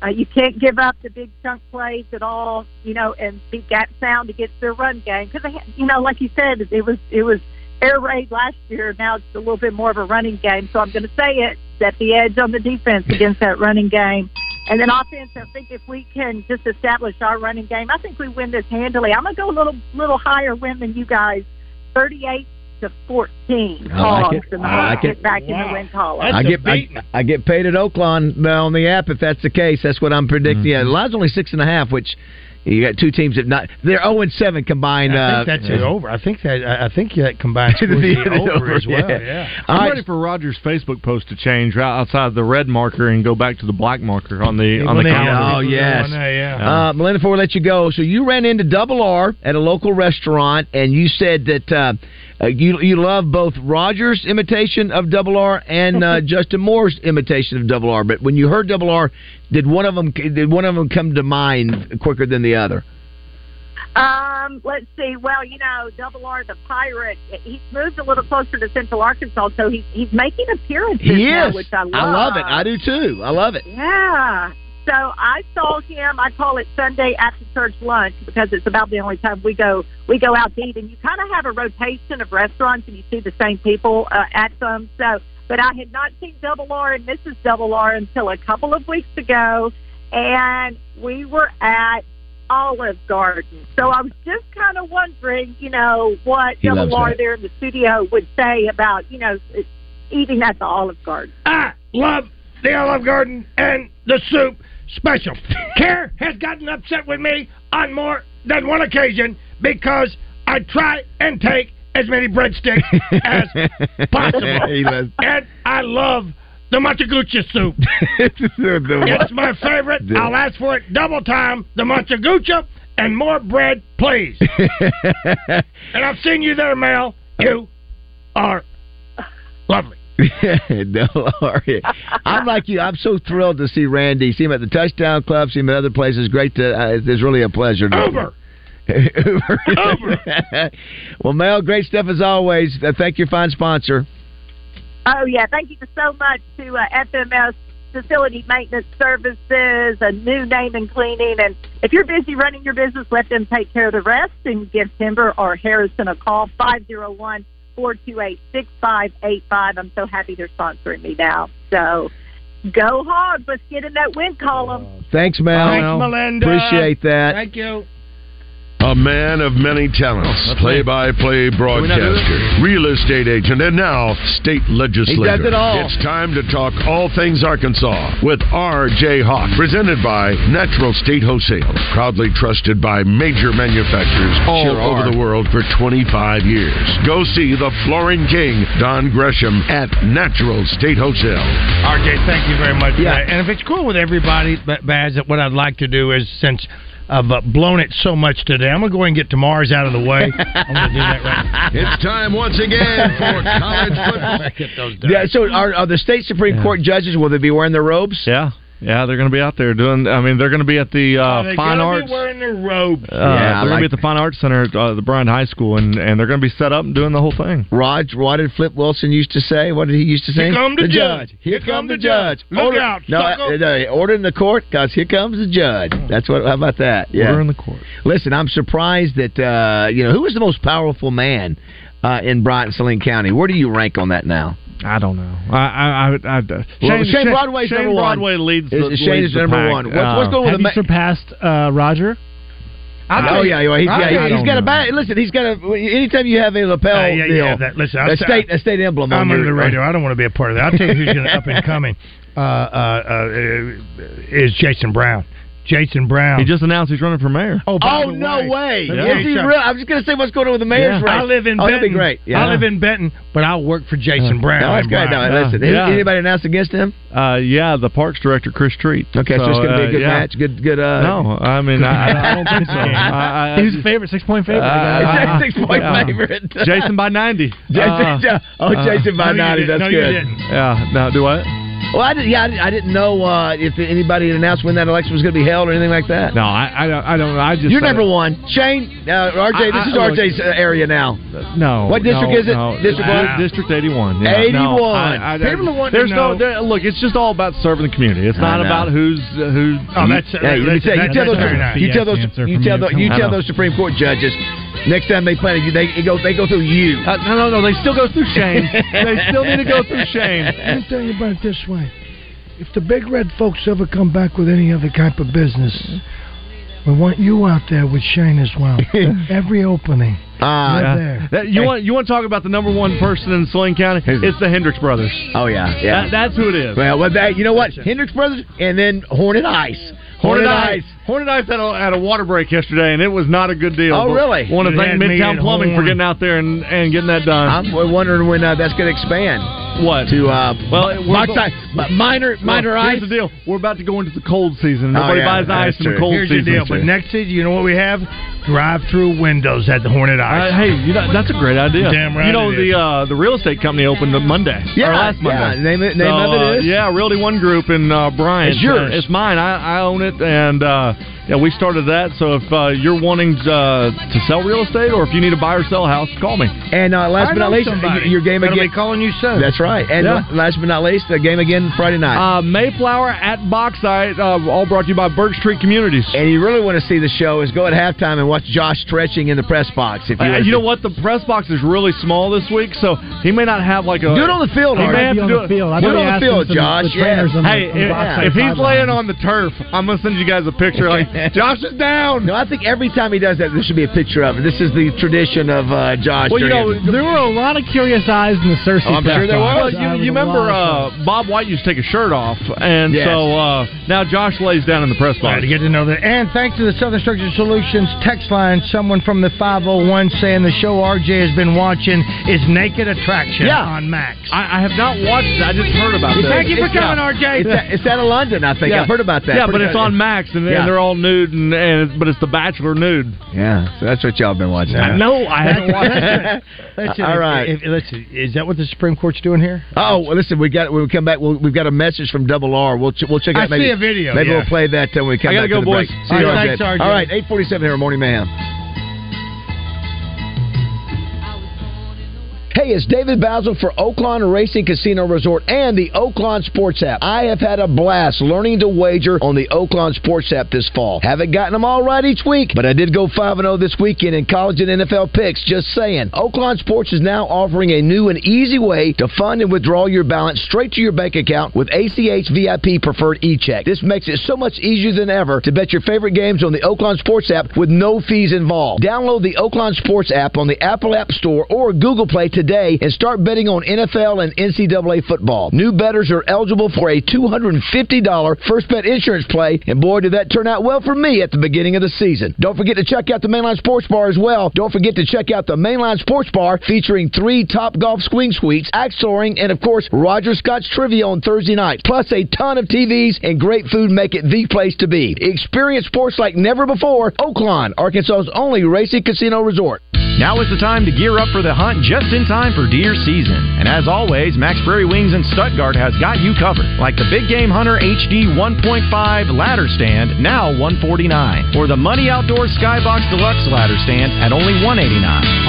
[SPEAKER 15] Uh, you can't give up the big chunk plays at all, you know, and be gap sound against their run game because they, had- you know, like you said, it was it was air raid last year. Now it's a little bit more of a running game. So I'm going to say it that the edge on the defense against that running game, and then offense. I think if we can just establish our running game, I think we win this handily. I'm going to go a little little higher win than you guys, 38 to 14.
[SPEAKER 2] I like it.
[SPEAKER 15] Hogs, and the
[SPEAKER 2] I
[SPEAKER 15] Hogs
[SPEAKER 2] like it.
[SPEAKER 15] get back in the win column.
[SPEAKER 2] I get I, I get paid at Oakland on the app if that's the case. That's what I'm predicting.
[SPEAKER 4] Mm-hmm.
[SPEAKER 2] Yeah, the line's only six and a half, which you got two teams that not they're zero and seven combined.
[SPEAKER 4] I think
[SPEAKER 2] uh,
[SPEAKER 4] that's it over. I think that I I think that
[SPEAKER 2] [LAUGHS]
[SPEAKER 4] combines
[SPEAKER 2] The
[SPEAKER 4] with the
[SPEAKER 2] over,
[SPEAKER 4] over, as well.
[SPEAKER 2] yeah.
[SPEAKER 4] Yeah.
[SPEAKER 5] I'm ready for Rogers' Facebook post to change right outside the red marker and go back to the black marker on the on the
[SPEAKER 2] Melinda,
[SPEAKER 5] calendar.
[SPEAKER 2] Oh yes.
[SPEAKER 5] Uh,
[SPEAKER 2] Uh, Melinda, before we let you go, so you ran into Double R at a local restaurant, and you said that uh, uh, you you love both Rogers' imitation of Double R and
[SPEAKER 4] [LAUGHS]
[SPEAKER 2] uh, Justin Moore's imitation of Double R. But when you heard Double R, did one of them did one of them come to mind quicker than the other?
[SPEAKER 15] Um, let's see. Well, you know, Double R the pirate. He's moved a little closer to Central Arkansas, so he's he's making appearances
[SPEAKER 2] He
[SPEAKER 15] now,
[SPEAKER 2] is.
[SPEAKER 15] which I love.
[SPEAKER 2] it. I do too. I love it. [LAUGHS]
[SPEAKER 15] Yeah. So I saw him. I call it Sunday after church lunch because it's about the only time we go we go out to eat, and you kind of have a rotation of restaurants, and you see the same people uh, at them. So, but I had not seen Double R and Mrs. Double R until a couple of weeks ago, and we were at Olive Garden. So I was just kind of wondering, you know, what
[SPEAKER 16] He
[SPEAKER 15] Double
[SPEAKER 16] loves
[SPEAKER 15] R
[SPEAKER 16] that.
[SPEAKER 15] there in the studio would say about you know eating at the Olive Garden.
[SPEAKER 4] I love the Olive Garden and the soup special. Care has gotten upset with me on more than one occasion because I try and take as
[SPEAKER 2] [LAUGHS]
[SPEAKER 4] many breadsticks
[SPEAKER 7] [LAUGHS]
[SPEAKER 4] as possible.
[SPEAKER 2] He loves-
[SPEAKER 4] and I love the Montagucha soup. it's my favorite.
[SPEAKER 2] The-
[SPEAKER 4] I'll ask for it double time, the Montagucha, and more bread, please. and I've seen you there, Mel. You are lovely.
[SPEAKER 2] no, are you? I'm like you. I'm so thrilled to see Randy. See him at the touchdown club. See him at other places. Great to. Uh, it's really a pleasure. To,
[SPEAKER 4] Uber.
[SPEAKER 2] Uber. [LAUGHS] well, Mel, great stuff as always. Uh, thank your fine sponsor.
[SPEAKER 15] Oh yeah, thank you so much to uh, FMS Facility Maintenance Services, a new name in cleaning. And if you're busy running your business, let them take care of the rest and give Timber or Harrison a call five zero one four two eight six five eight five. I'm so happy they're sponsoring me now. So go hard, let's get in that win column.
[SPEAKER 2] Thanks, Mel.
[SPEAKER 15] Thanks, Melinda.
[SPEAKER 2] Appreciate that.
[SPEAKER 15] Thank you.
[SPEAKER 8] A man of many talents, play by play
[SPEAKER 2] we not do
[SPEAKER 8] broadcaster, real estate agent, and now state legislator.
[SPEAKER 2] it all.
[SPEAKER 8] It's time to talk all things Arkansas with R.J. Hawk, presented by Natural State Wholesale, proudly trusted by major manufacturers all
[SPEAKER 1] Sure
[SPEAKER 8] over
[SPEAKER 1] are.
[SPEAKER 8] the world for 25 years. Go see the flooring king, Don Gresham, at Natural State Wholesale.
[SPEAKER 4] RJ, thank you very much. Yeah. And if it's cool with everybody, Ba- Baz, that what I'd like to do is since I've uh, blown it so much today, I'm going to go and get tomorrow's out of the
[SPEAKER 5] [LAUGHS]
[SPEAKER 4] way. Uh, I'm going to do that right now.
[SPEAKER 8] [LAUGHS] It's time once again
[SPEAKER 4] [LAUGHS]
[SPEAKER 8] for college football.
[SPEAKER 2] Yeah. So, are, are the state supreme court judges? Will they be wearing their robes?
[SPEAKER 5] Yeah. Yeah, they're going to be out there doing. I mean, they're going to be at the
[SPEAKER 4] Are
[SPEAKER 5] uh,
[SPEAKER 4] they
[SPEAKER 5] fine
[SPEAKER 4] gonna be
[SPEAKER 5] arts.
[SPEAKER 4] wearing their robes.
[SPEAKER 5] Uh, they're going to be at the Fine Arts Center at uh, the Bryant High School, and, and they're going to be set up and doing the whole thing.
[SPEAKER 2] Rog, what did Flip Wilson used to say? What did he used to say?
[SPEAKER 5] Here come the
[SPEAKER 2] judge.
[SPEAKER 5] judge.
[SPEAKER 2] Here, come, the judge.
[SPEAKER 5] Look
[SPEAKER 2] order,
[SPEAKER 5] out,
[SPEAKER 2] No,
[SPEAKER 5] sucker. Oh.
[SPEAKER 2] uh, no, order in the court, guys. Here comes the judge. That's what. How about that? Yeah.
[SPEAKER 5] Order in the
[SPEAKER 2] court. Listen, I'm surprised that uh, you know who was the most powerful man uh, in Bryant Saline County. Where do you rank on that now?
[SPEAKER 5] I don't know. I, I, I, I
[SPEAKER 2] Well, Shane Broadway's
[SPEAKER 5] Shane
[SPEAKER 2] number one.
[SPEAKER 5] Broadway leads.
[SPEAKER 2] Is-
[SPEAKER 5] the,
[SPEAKER 2] is Shane
[SPEAKER 5] leads
[SPEAKER 2] is
[SPEAKER 5] the
[SPEAKER 2] number
[SPEAKER 5] pack.
[SPEAKER 2] one. What's- what's
[SPEAKER 5] Uh,
[SPEAKER 2] going
[SPEAKER 1] Have you surpassed uh, Roger?
[SPEAKER 2] oh yeah, yeah, he's,
[SPEAKER 1] I-
[SPEAKER 2] yeah,
[SPEAKER 1] I
[SPEAKER 2] he's
[SPEAKER 1] don't
[SPEAKER 2] got a
[SPEAKER 1] know.
[SPEAKER 2] bat. Listen, he's got a. Anytime you have a lapel
[SPEAKER 4] Uh, yeah,
[SPEAKER 2] deal,
[SPEAKER 4] yeah, that- listen, I'll
[SPEAKER 2] a
[SPEAKER 4] say-
[SPEAKER 2] state a state emblem. on
[SPEAKER 4] I'm under
[SPEAKER 2] your-
[SPEAKER 4] the radar. I don't want to be a part of that. I'll tell you who's gonna up and coming uh, uh, uh, is Jason Brown.
[SPEAKER 1] Jason Brown.
[SPEAKER 5] He just announced he's running for mayor.
[SPEAKER 1] Oh,
[SPEAKER 2] Oh no way!
[SPEAKER 5] Yeah.
[SPEAKER 2] Is he real? I'm just gonna say what's going on with the mayor's race.
[SPEAKER 5] Yeah. I live in
[SPEAKER 2] oh, that'd be
[SPEAKER 5] Benton.
[SPEAKER 2] great.
[SPEAKER 5] I live
[SPEAKER 1] in Benton, but I'll work for Jason Brown.
[SPEAKER 2] No, that's great. No, listen. any-
[SPEAKER 5] Yeah.
[SPEAKER 2] Anybody announced against him?
[SPEAKER 5] Uh, yeah, the parks director Chris Treat.
[SPEAKER 2] Okay, so, it's gonna be a
[SPEAKER 5] uh,
[SPEAKER 2] good
[SPEAKER 5] yeah.
[SPEAKER 2] match. Good, good. Uh,
[SPEAKER 5] no, I
[SPEAKER 1] [LAUGHS]
[SPEAKER 5] mean I, I
[SPEAKER 2] [LAUGHS]
[SPEAKER 5] don't think so. I, I,
[SPEAKER 1] He was a favorite, six point favorite. [LAUGHS]
[SPEAKER 5] Uh,
[SPEAKER 2] six-point
[SPEAKER 5] yeah.
[SPEAKER 2] favorite.
[SPEAKER 5] Jason by ninety.
[SPEAKER 2] [LAUGHS] Jason-
[SPEAKER 5] Uh,
[SPEAKER 2] oh, Jason by
[SPEAKER 5] no, you
[SPEAKER 2] 90,
[SPEAKER 5] didn't.
[SPEAKER 2] that's
[SPEAKER 5] No, you
[SPEAKER 2] good.
[SPEAKER 5] didn't. Yeah. No. Do what?
[SPEAKER 2] Well, I did, yeah, I, did, I didn't know uh, if anybody had announced when that election was going to be held or anything like that.
[SPEAKER 5] No, I, I don't. I don't. I just.
[SPEAKER 2] You're
[SPEAKER 5] said
[SPEAKER 2] number
[SPEAKER 5] it.
[SPEAKER 2] one, Shane. Uh, RJ,
[SPEAKER 5] I-
[SPEAKER 2] this is
[SPEAKER 5] I- look-
[SPEAKER 2] RJ's area now.
[SPEAKER 5] No.
[SPEAKER 2] What district
[SPEAKER 5] no,
[SPEAKER 2] is it?
[SPEAKER 5] no.
[SPEAKER 2] District
[SPEAKER 5] Di-
[SPEAKER 2] one?
[SPEAKER 5] District 81. yeah.
[SPEAKER 2] 81.
[SPEAKER 5] No, I- I-
[SPEAKER 2] People want to
[SPEAKER 5] there's
[SPEAKER 2] know.
[SPEAKER 5] no there, look. It's just all about serving the community. It's
[SPEAKER 2] I
[SPEAKER 5] not
[SPEAKER 2] know. Oh,
[SPEAKER 5] about who's uh, who.
[SPEAKER 2] You- yeah, you, say- you tell those, you tell those, you tell those, you
[SPEAKER 5] I
[SPEAKER 2] tell
[SPEAKER 5] know.
[SPEAKER 2] those Supreme Court judges. Next time they play, you- they, they go, they go through you.
[SPEAKER 5] Uh, no, no, no, they still go through
[SPEAKER 1] [LAUGHS]
[SPEAKER 5] Shane. They still need to go through
[SPEAKER 17] Let me tell you about it this way. If the big red folks ever come back with any other type of business, we want you out there with Shane as
[SPEAKER 1] [LAUGHS]
[SPEAKER 17] well. Every opening.
[SPEAKER 5] Ah,
[SPEAKER 17] You're
[SPEAKER 5] yeah.
[SPEAKER 17] there.
[SPEAKER 5] That- you want you want to talk about the number one person in Saline County? It's the Hendricks brothers.
[SPEAKER 2] Oh yeah, yeah.
[SPEAKER 5] That, that's who it is.
[SPEAKER 2] Well, well, that, you know what? Hendricks Brothers and then Hornet Ice.
[SPEAKER 5] Hornet Ice. Hornet Ice had a, had a water break yesterday, and it was not a good deal.
[SPEAKER 2] Oh,
[SPEAKER 5] But
[SPEAKER 2] really?
[SPEAKER 5] Want to
[SPEAKER 2] It
[SPEAKER 5] thank
[SPEAKER 2] had me
[SPEAKER 5] Midtown
[SPEAKER 2] at
[SPEAKER 5] Plumbing for
[SPEAKER 2] horn.
[SPEAKER 5] getting out there and, and getting that done.
[SPEAKER 2] I'm w- wondering when uh, that's going to expand.
[SPEAKER 5] What
[SPEAKER 2] to uh,
[SPEAKER 5] well,
[SPEAKER 2] mi-
[SPEAKER 5] we're
[SPEAKER 2] box
[SPEAKER 5] bo-
[SPEAKER 2] ice, mi- minor, minor
[SPEAKER 5] Well,
[SPEAKER 2] ice.
[SPEAKER 5] Here's the deal: we're about to go into the cold
[SPEAKER 1] Oh,
[SPEAKER 5] season.
[SPEAKER 4] Oh,
[SPEAKER 5] Nobody buys ice in the cold
[SPEAKER 1] Here's
[SPEAKER 5] season.
[SPEAKER 1] your deal. But next season, you know what we have? Drive-through windows at the Hornet Ice.
[SPEAKER 5] Uh, hey, you know, that's a great idea.
[SPEAKER 1] Damn right.
[SPEAKER 5] You know
[SPEAKER 1] it is.
[SPEAKER 5] the uh, the real estate company opened up Monday
[SPEAKER 1] Yeah,
[SPEAKER 5] or last
[SPEAKER 1] yeah.
[SPEAKER 5] Monday.
[SPEAKER 1] Name it- name
[SPEAKER 5] So,
[SPEAKER 1] of it
[SPEAKER 5] uh,
[SPEAKER 1] is?
[SPEAKER 5] yeah, Realty One Group in uh, Bryant.
[SPEAKER 1] It's yours.
[SPEAKER 5] Uh, it's mine. I, I own it, and uh, yeah, we started that. So if uh, you're wanting uh, to sell real estate or if you need to buy or sell a house, call me.
[SPEAKER 2] And uh, last
[SPEAKER 5] I
[SPEAKER 2] but
[SPEAKER 5] know
[SPEAKER 2] not least, y-
[SPEAKER 5] somebody.
[SPEAKER 2] your game
[SPEAKER 5] That'll
[SPEAKER 2] again.
[SPEAKER 5] be calling you soon.
[SPEAKER 2] That's right. And
[SPEAKER 5] Yeah.
[SPEAKER 2] la- last but not least, a game again Friday night.
[SPEAKER 5] Uh, Mayflower at Boxite, uh, all brought to you by Birch Street Communities.
[SPEAKER 2] And you really want to see the show is go at halftime and watch Josh stretching in the press box. If you,
[SPEAKER 5] Uh,
[SPEAKER 2] wanna
[SPEAKER 5] you
[SPEAKER 2] see-
[SPEAKER 5] know what? The press box is really small this week, so he may not have like a.
[SPEAKER 2] Do it on the field,
[SPEAKER 5] He
[SPEAKER 2] Art.
[SPEAKER 5] may have
[SPEAKER 2] Be
[SPEAKER 5] to
[SPEAKER 2] on
[SPEAKER 5] do
[SPEAKER 2] the
[SPEAKER 5] it.
[SPEAKER 2] field. I've Do it already on the asked field, him some- the Josh. trainers Yeah. on the-
[SPEAKER 5] Hey,
[SPEAKER 2] on the
[SPEAKER 5] if-
[SPEAKER 2] box
[SPEAKER 5] if
[SPEAKER 2] side
[SPEAKER 5] he's laying
[SPEAKER 2] sideline.
[SPEAKER 5] on the turf, I'm gonna send you guys a picture.
[SPEAKER 2] [LAUGHS]
[SPEAKER 5] Like Josh is down.
[SPEAKER 2] No, I think every time he does that, there should be a picture of it. This is the tradition of uh, Josh.
[SPEAKER 1] Well, you know,
[SPEAKER 2] during-
[SPEAKER 1] there were a lot of curious eyes in the Cersei.
[SPEAKER 2] Oh, I'm sure
[SPEAKER 1] press
[SPEAKER 2] there
[SPEAKER 1] box.
[SPEAKER 2] was.
[SPEAKER 5] Well, you, you remember uh, Bob White used to take his shirt off, and
[SPEAKER 1] Yes.
[SPEAKER 5] so uh, now Josh lays down in the press box.
[SPEAKER 1] to get to know that.
[SPEAKER 18] And thanks to the Southern Structure Solutions text line, someone from the 501 saying the show RJ has been watching is Naked Attraction
[SPEAKER 1] Yeah.
[SPEAKER 18] on [LAUGHS] Max.
[SPEAKER 5] I, I have not watched it. I just heard about it.
[SPEAKER 18] It's- Thank you for it's- coming, yeah. RJ.
[SPEAKER 2] It's, a- it's out of London, I think.
[SPEAKER 5] Yeah.
[SPEAKER 2] I've heard about that.
[SPEAKER 5] Yeah,
[SPEAKER 2] Pretty
[SPEAKER 5] but it's
[SPEAKER 2] good.
[SPEAKER 5] on Max, and, and
[SPEAKER 2] Yeah.
[SPEAKER 5] they're all nude, and, and it's, but it's the Bachelor nude.
[SPEAKER 2] Yeah, so that's what y'all been watching.
[SPEAKER 5] I know I haven't watched
[SPEAKER 2] it. [LAUGHS]
[SPEAKER 5] it.
[SPEAKER 18] Listen,
[SPEAKER 2] All
[SPEAKER 18] if-
[SPEAKER 2] right.
[SPEAKER 18] if- listen, is that what the Supreme Court's doing here?
[SPEAKER 2] Oh, well, listen, we got when we come back. We'll, we've got a message from Double R. We'll ch- we'll check
[SPEAKER 18] I
[SPEAKER 2] out. maybe,
[SPEAKER 18] see a video,
[SPEAKER 2] Maybe
[SPEAKER 18] yeah.
[SPEAKER 2] we'll play that uh, when we come
[SPEAKER 18] I gotta
[SPEAKER 2] back.
[SPEAKER 18] go,
[SPEAKER 2] to the
[SPEAKER 18] boys.
[SPEAKER 2] Break.
[SPEAKER 18] See you,
[SPEAKER 2] All right,
[SPEAKER 18] RJ.
[SPEAKER 2] All right, eight forty seven here, morning mayhem. Hey, it's David Basil for Oakland Racing Casino Resort and the Oakland Sports app. I have had a blast learning to wager on the Oakland Sports app this fall. Haven't gotten them all right each week, but I did go 5 0 this weekend in college and NFL picks. Just saying. Oakland Sports is now offering a new and easy way to fund and withdraw your balance straight to your bank account with ACH VIP Preferred e check. This makes it so much easier than ever to bet your favorite games on the Oakland Sports app with no fees involved. Download the Oakland Sports app on the Apple App Store or Google Play today and start betting on NFL and NCAA football. New bettors are eligible for a $250 first bet insurance play, and boy, did that turn out well for me at the beginning of the season. Don't forget to check out the Mainline Sports Bar as well. Don't forget to check out the Mainline Sports Bar featuring three top golf swing suites, axe soaring, and of course, Roger Scott's trivia on Thursday night. Plus, a ton of TVs and great food make it the place to be. Experience sports like never before. Oakland, Arkansas's only racing casino resort.
[SPEAKER 7] Now is the time to gear up for the hunt just in time for deer season. And as always, Max Prairie Wings in Stuttgart has got you covered, like the Big Game Hunter HD 1.5 ladder stand, now 149, or the Money Outdoor Skybox Deluxe ladder stand at only 189.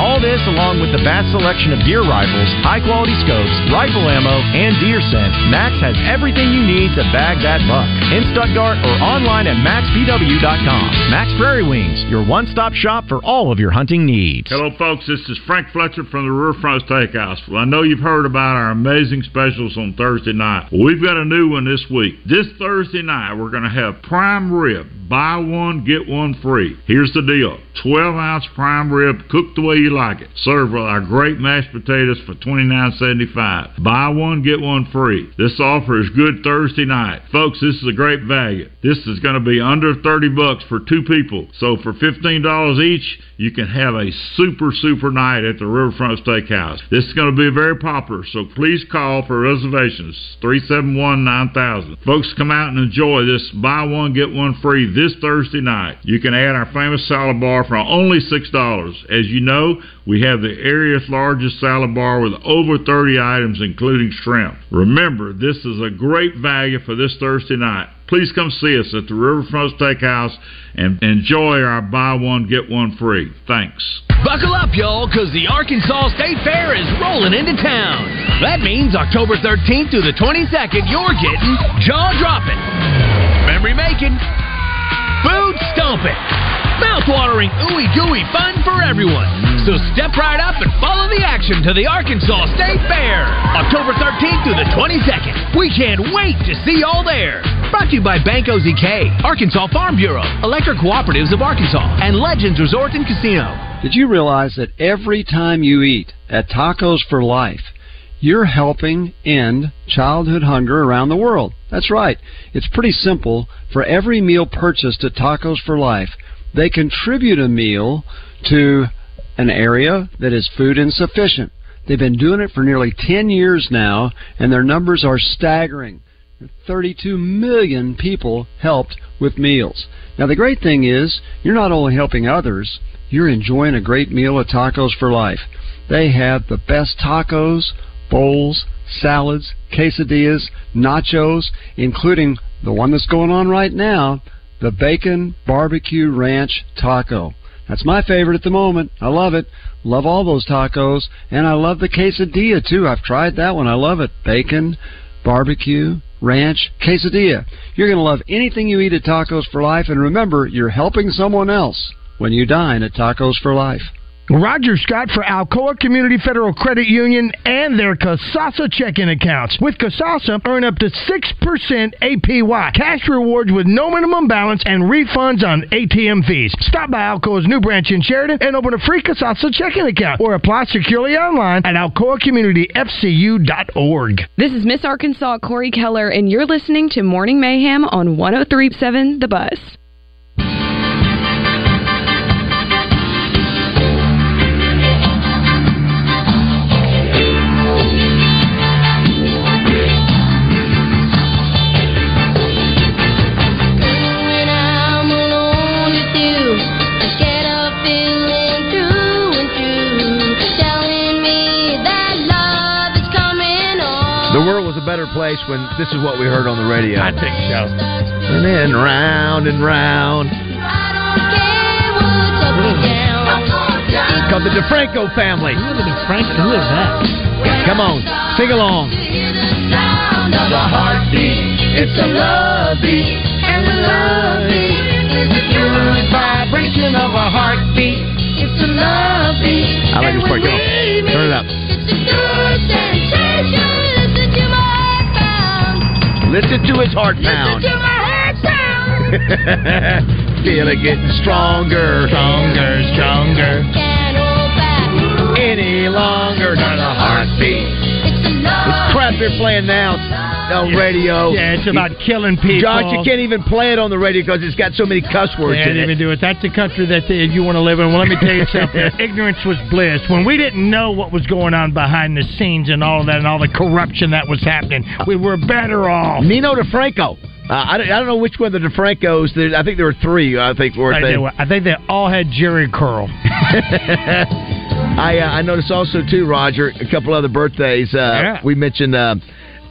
[SPEAKER 7] All this along with the vast selection of deer rifles, high quality scopes, rifle ammo, and deer scent, Max has everything you need to bag that buck. In Stuttgart or online at maxpw.com. Max Prairie Wings, your one-stop shop for all of your hunting needs.
[SPEAKER 12] Hello, folks. This is Frank Fletcher from the Riverfront Steakhouse. Well, I know you've heard about our amazing specials on Thursday night. Well, we've got a new one this week. This Thursday night, we're going to have prime rib, Buy one, get one free. Here's the deal 12 ounce prime rib, cooked the way you like it. Served with our great mashed potatoes for $29.75. Buy one, get one free. This offer is good Thursday night. Folks, this is a great value. This is going to be under 30 bucks for two people. So for $15 each, you can have a super, super night at the Riverfront Steakhouse. This is going to be very popular, so please call for reservations 371 9000. Folks, come out and enjoy this buy one, get one free this Thursday night. You can add our famous salad bar for only $6. As you know, we have the area's largest salad bar with over 30 items, including shrimp. Remember, this is a great value for this Thursday night. Please come see us at the Riverfront Steakhouse and enjoy our buy one, get one free. Thanks.
[SPEAKER 3] Buckle up, y'all, because the Arkansas State Fair is rolling into town. That means October 13th through the 22nd, you're getting jaw dropping, memory making, food stomping, mouth-watering, ooey gooey fun for everyone. So step right up and follow the action to the Arkansas State Fair, October 13th through the 22nd. We can't wait to see y'all there. Brought to you by Bank OZK, Arkansas Farm Bureau, Electric Cooperatives of Arkansas, and Legends Resort and Casino.
[SPEAKER 19] Did you realize that every time you eat at Tacos for Life, you're helping end childhood hunger around the world? That's right. It's pretty simple. For every meal purchased at Tacos for Life, they contribute a meal to an area that is food insufficient. They've been doing it for nearly 10 years now, and their numbers are staggering. 32 million people helped with meals. Now, the great thing is, you're not only helping others, you're enjoying a great meal at Tacos for Life. They have the best tacos, bowls, salads, quesadillas, nachos, including the one that's going on right now, the Bacon Barbecue Ranch Taco. That's my favorite at the moment. I love it. Love all those tacos. And I love the quesadilla too. I've tried that one. I love it. Bacon, barbecue, ranch, quesadilla. You're going to love anything you eat at Tacos for Life. And remember, you're helping someone else when you dine at Tacos for Life.
[SPEAKER 20] Roger Scott for Alcoa Community Federal Credit Union and their Casasa checking accounts. With Casasa, earn up to 6% APY, cash rewards with no minimum balance, and refunds on ATM fees. Stop by Alcoa's new branch in Sheridan and open a free Casasa checking account or apply securely online at alcoacommunityfcu.org.
[SPEAKER 21] This is Miss Arkansas Corey Keller, and you're listening to Morning Mayhem on 1037 The Bus.
[SPEAKER 8] When I'm alone with you, I get a feeling through and through, telling me that love is coming on.
[SPEAKER 2] The world was a better place when this is what we heard on the radio. I think
[SPEAKER 20] so.
[SPEAKER 2] And then round and round. Called the DeFranco family. Who the DeFranco? Who is that? Mm-hmm. Come on, sing along.
[SPEAKER 8] Sound of a heartbeat, it's a love beat, and the love beat is the good vibration of a heartbeat. It's a love beat.
[SPEAKER 2] I like this part. Come on, turn it up.
[SPEAKER 8] It's a good sensation. Listen to my heart pound.
[SPEAKER 2] Listen to his heart
[SPEAKER 8] Listen
[SPEAKER 2] pound.
[SPEAKER 8] to my heart sound.
[SPEAKER 2] [LAUGHS] Feeling getting stronger, stronger, stronger.
[SPEAKER 8] Can't hold back.
[SPEAKER 2] Any longer than a heartbeat.
[SPEAKER 8] It's a love.
[SPEAKER 2] It's crap they're playing now on radio.
[SPEAKER 22] Yeah, it's about killing people.
[SPEAKER 2] Josh, you can't even play it on the radio because it's got so many cuss words
[SPEAKER 22] Can't
[SPEAKER 2] in it.
[SPEAKER 22] even do it. That's the country that they, you want to live in. Well,
[SPEAKER 4] Let me tell
[SPEAKER 2] [LAUGHS]
[SPEAKER 4] you something. Ignorance was bliss. When we didn't know what was going on behind the scenes and all of that and all the corruption that was happening, we were better off.
[SPEAKER 2] Nino
[SPEAKER 4] [LAUGHS]
[SPEAKER 2] DeFranco. Uh, I, don't, I don't know which one of the DeFrancos. There, I think there were three. I think were
[SPEAKER 4] I,
[SPEAKER 2] they.
[SPEAKER 4] do. I think they all had Jerry Curl.
[SPEAKER 2] [LAUGHS] I uh, I noticed also too, Roger, a couple other birthdays. Uh, We mentioned uh,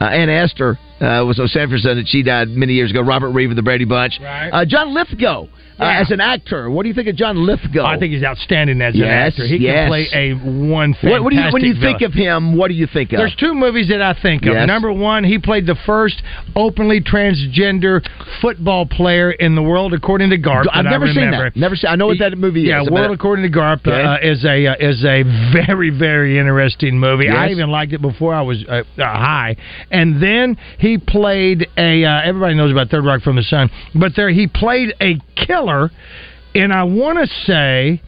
[SPEAKER 2] uh, Ann Astor uh, was on Sanford's son that she died many years ago. Robert Reeve of the Brady Bunch.
[SPEAKER 4] Right.
[SPEAKER 2] Uh, John Lithgow uh, as an actor. What do you think of John Lithgow?
[SPEAKER 4] I think he's outstanding as an
[SPEAKER 2] Yes,
[SPEAKER 4] actor. He
[SPEAKER 2] yes.
[SPEAKER 4] can play a one fantastic
[SPEAKER 2] What, what do you when you think
[SPEAKER 4] villain.
[SPEAKER 2] of him? What do you think of?
[SPEAKER 4] There's two movies that I think of.
[SPEAKER 2] Yes.
[SPEAKER 4] Number one, he played the first openly transgender football player in the world, according to Garp.
[SPEAKER 2] I've
[SPEAKER 4] that
[SPEAKER 2] never
[SPEAKER 4] I
[SPEAKER 2] seen
[SPEAKER 4] remember.
[SPEAKER 2] that. Never seen. I know what that movie
[SPEAKER 4] yeah,
[SPEAKER 2] is.
[SPEAKER 4] World
[SPEAKER 2] but-
[SPEAKER 4] According to Garp uh,
[SPEAKER 2] Okay.
[SPEAKER 4] is a uh, is a very very interesting movie. I
[SPEAKER 2] Yes.
[SPEAKER 4] even liked it before I was uh, uh, high, and then he He played a. Uh, everybody knows about Third Rock from the Sun, but there he played a killer, and I want to say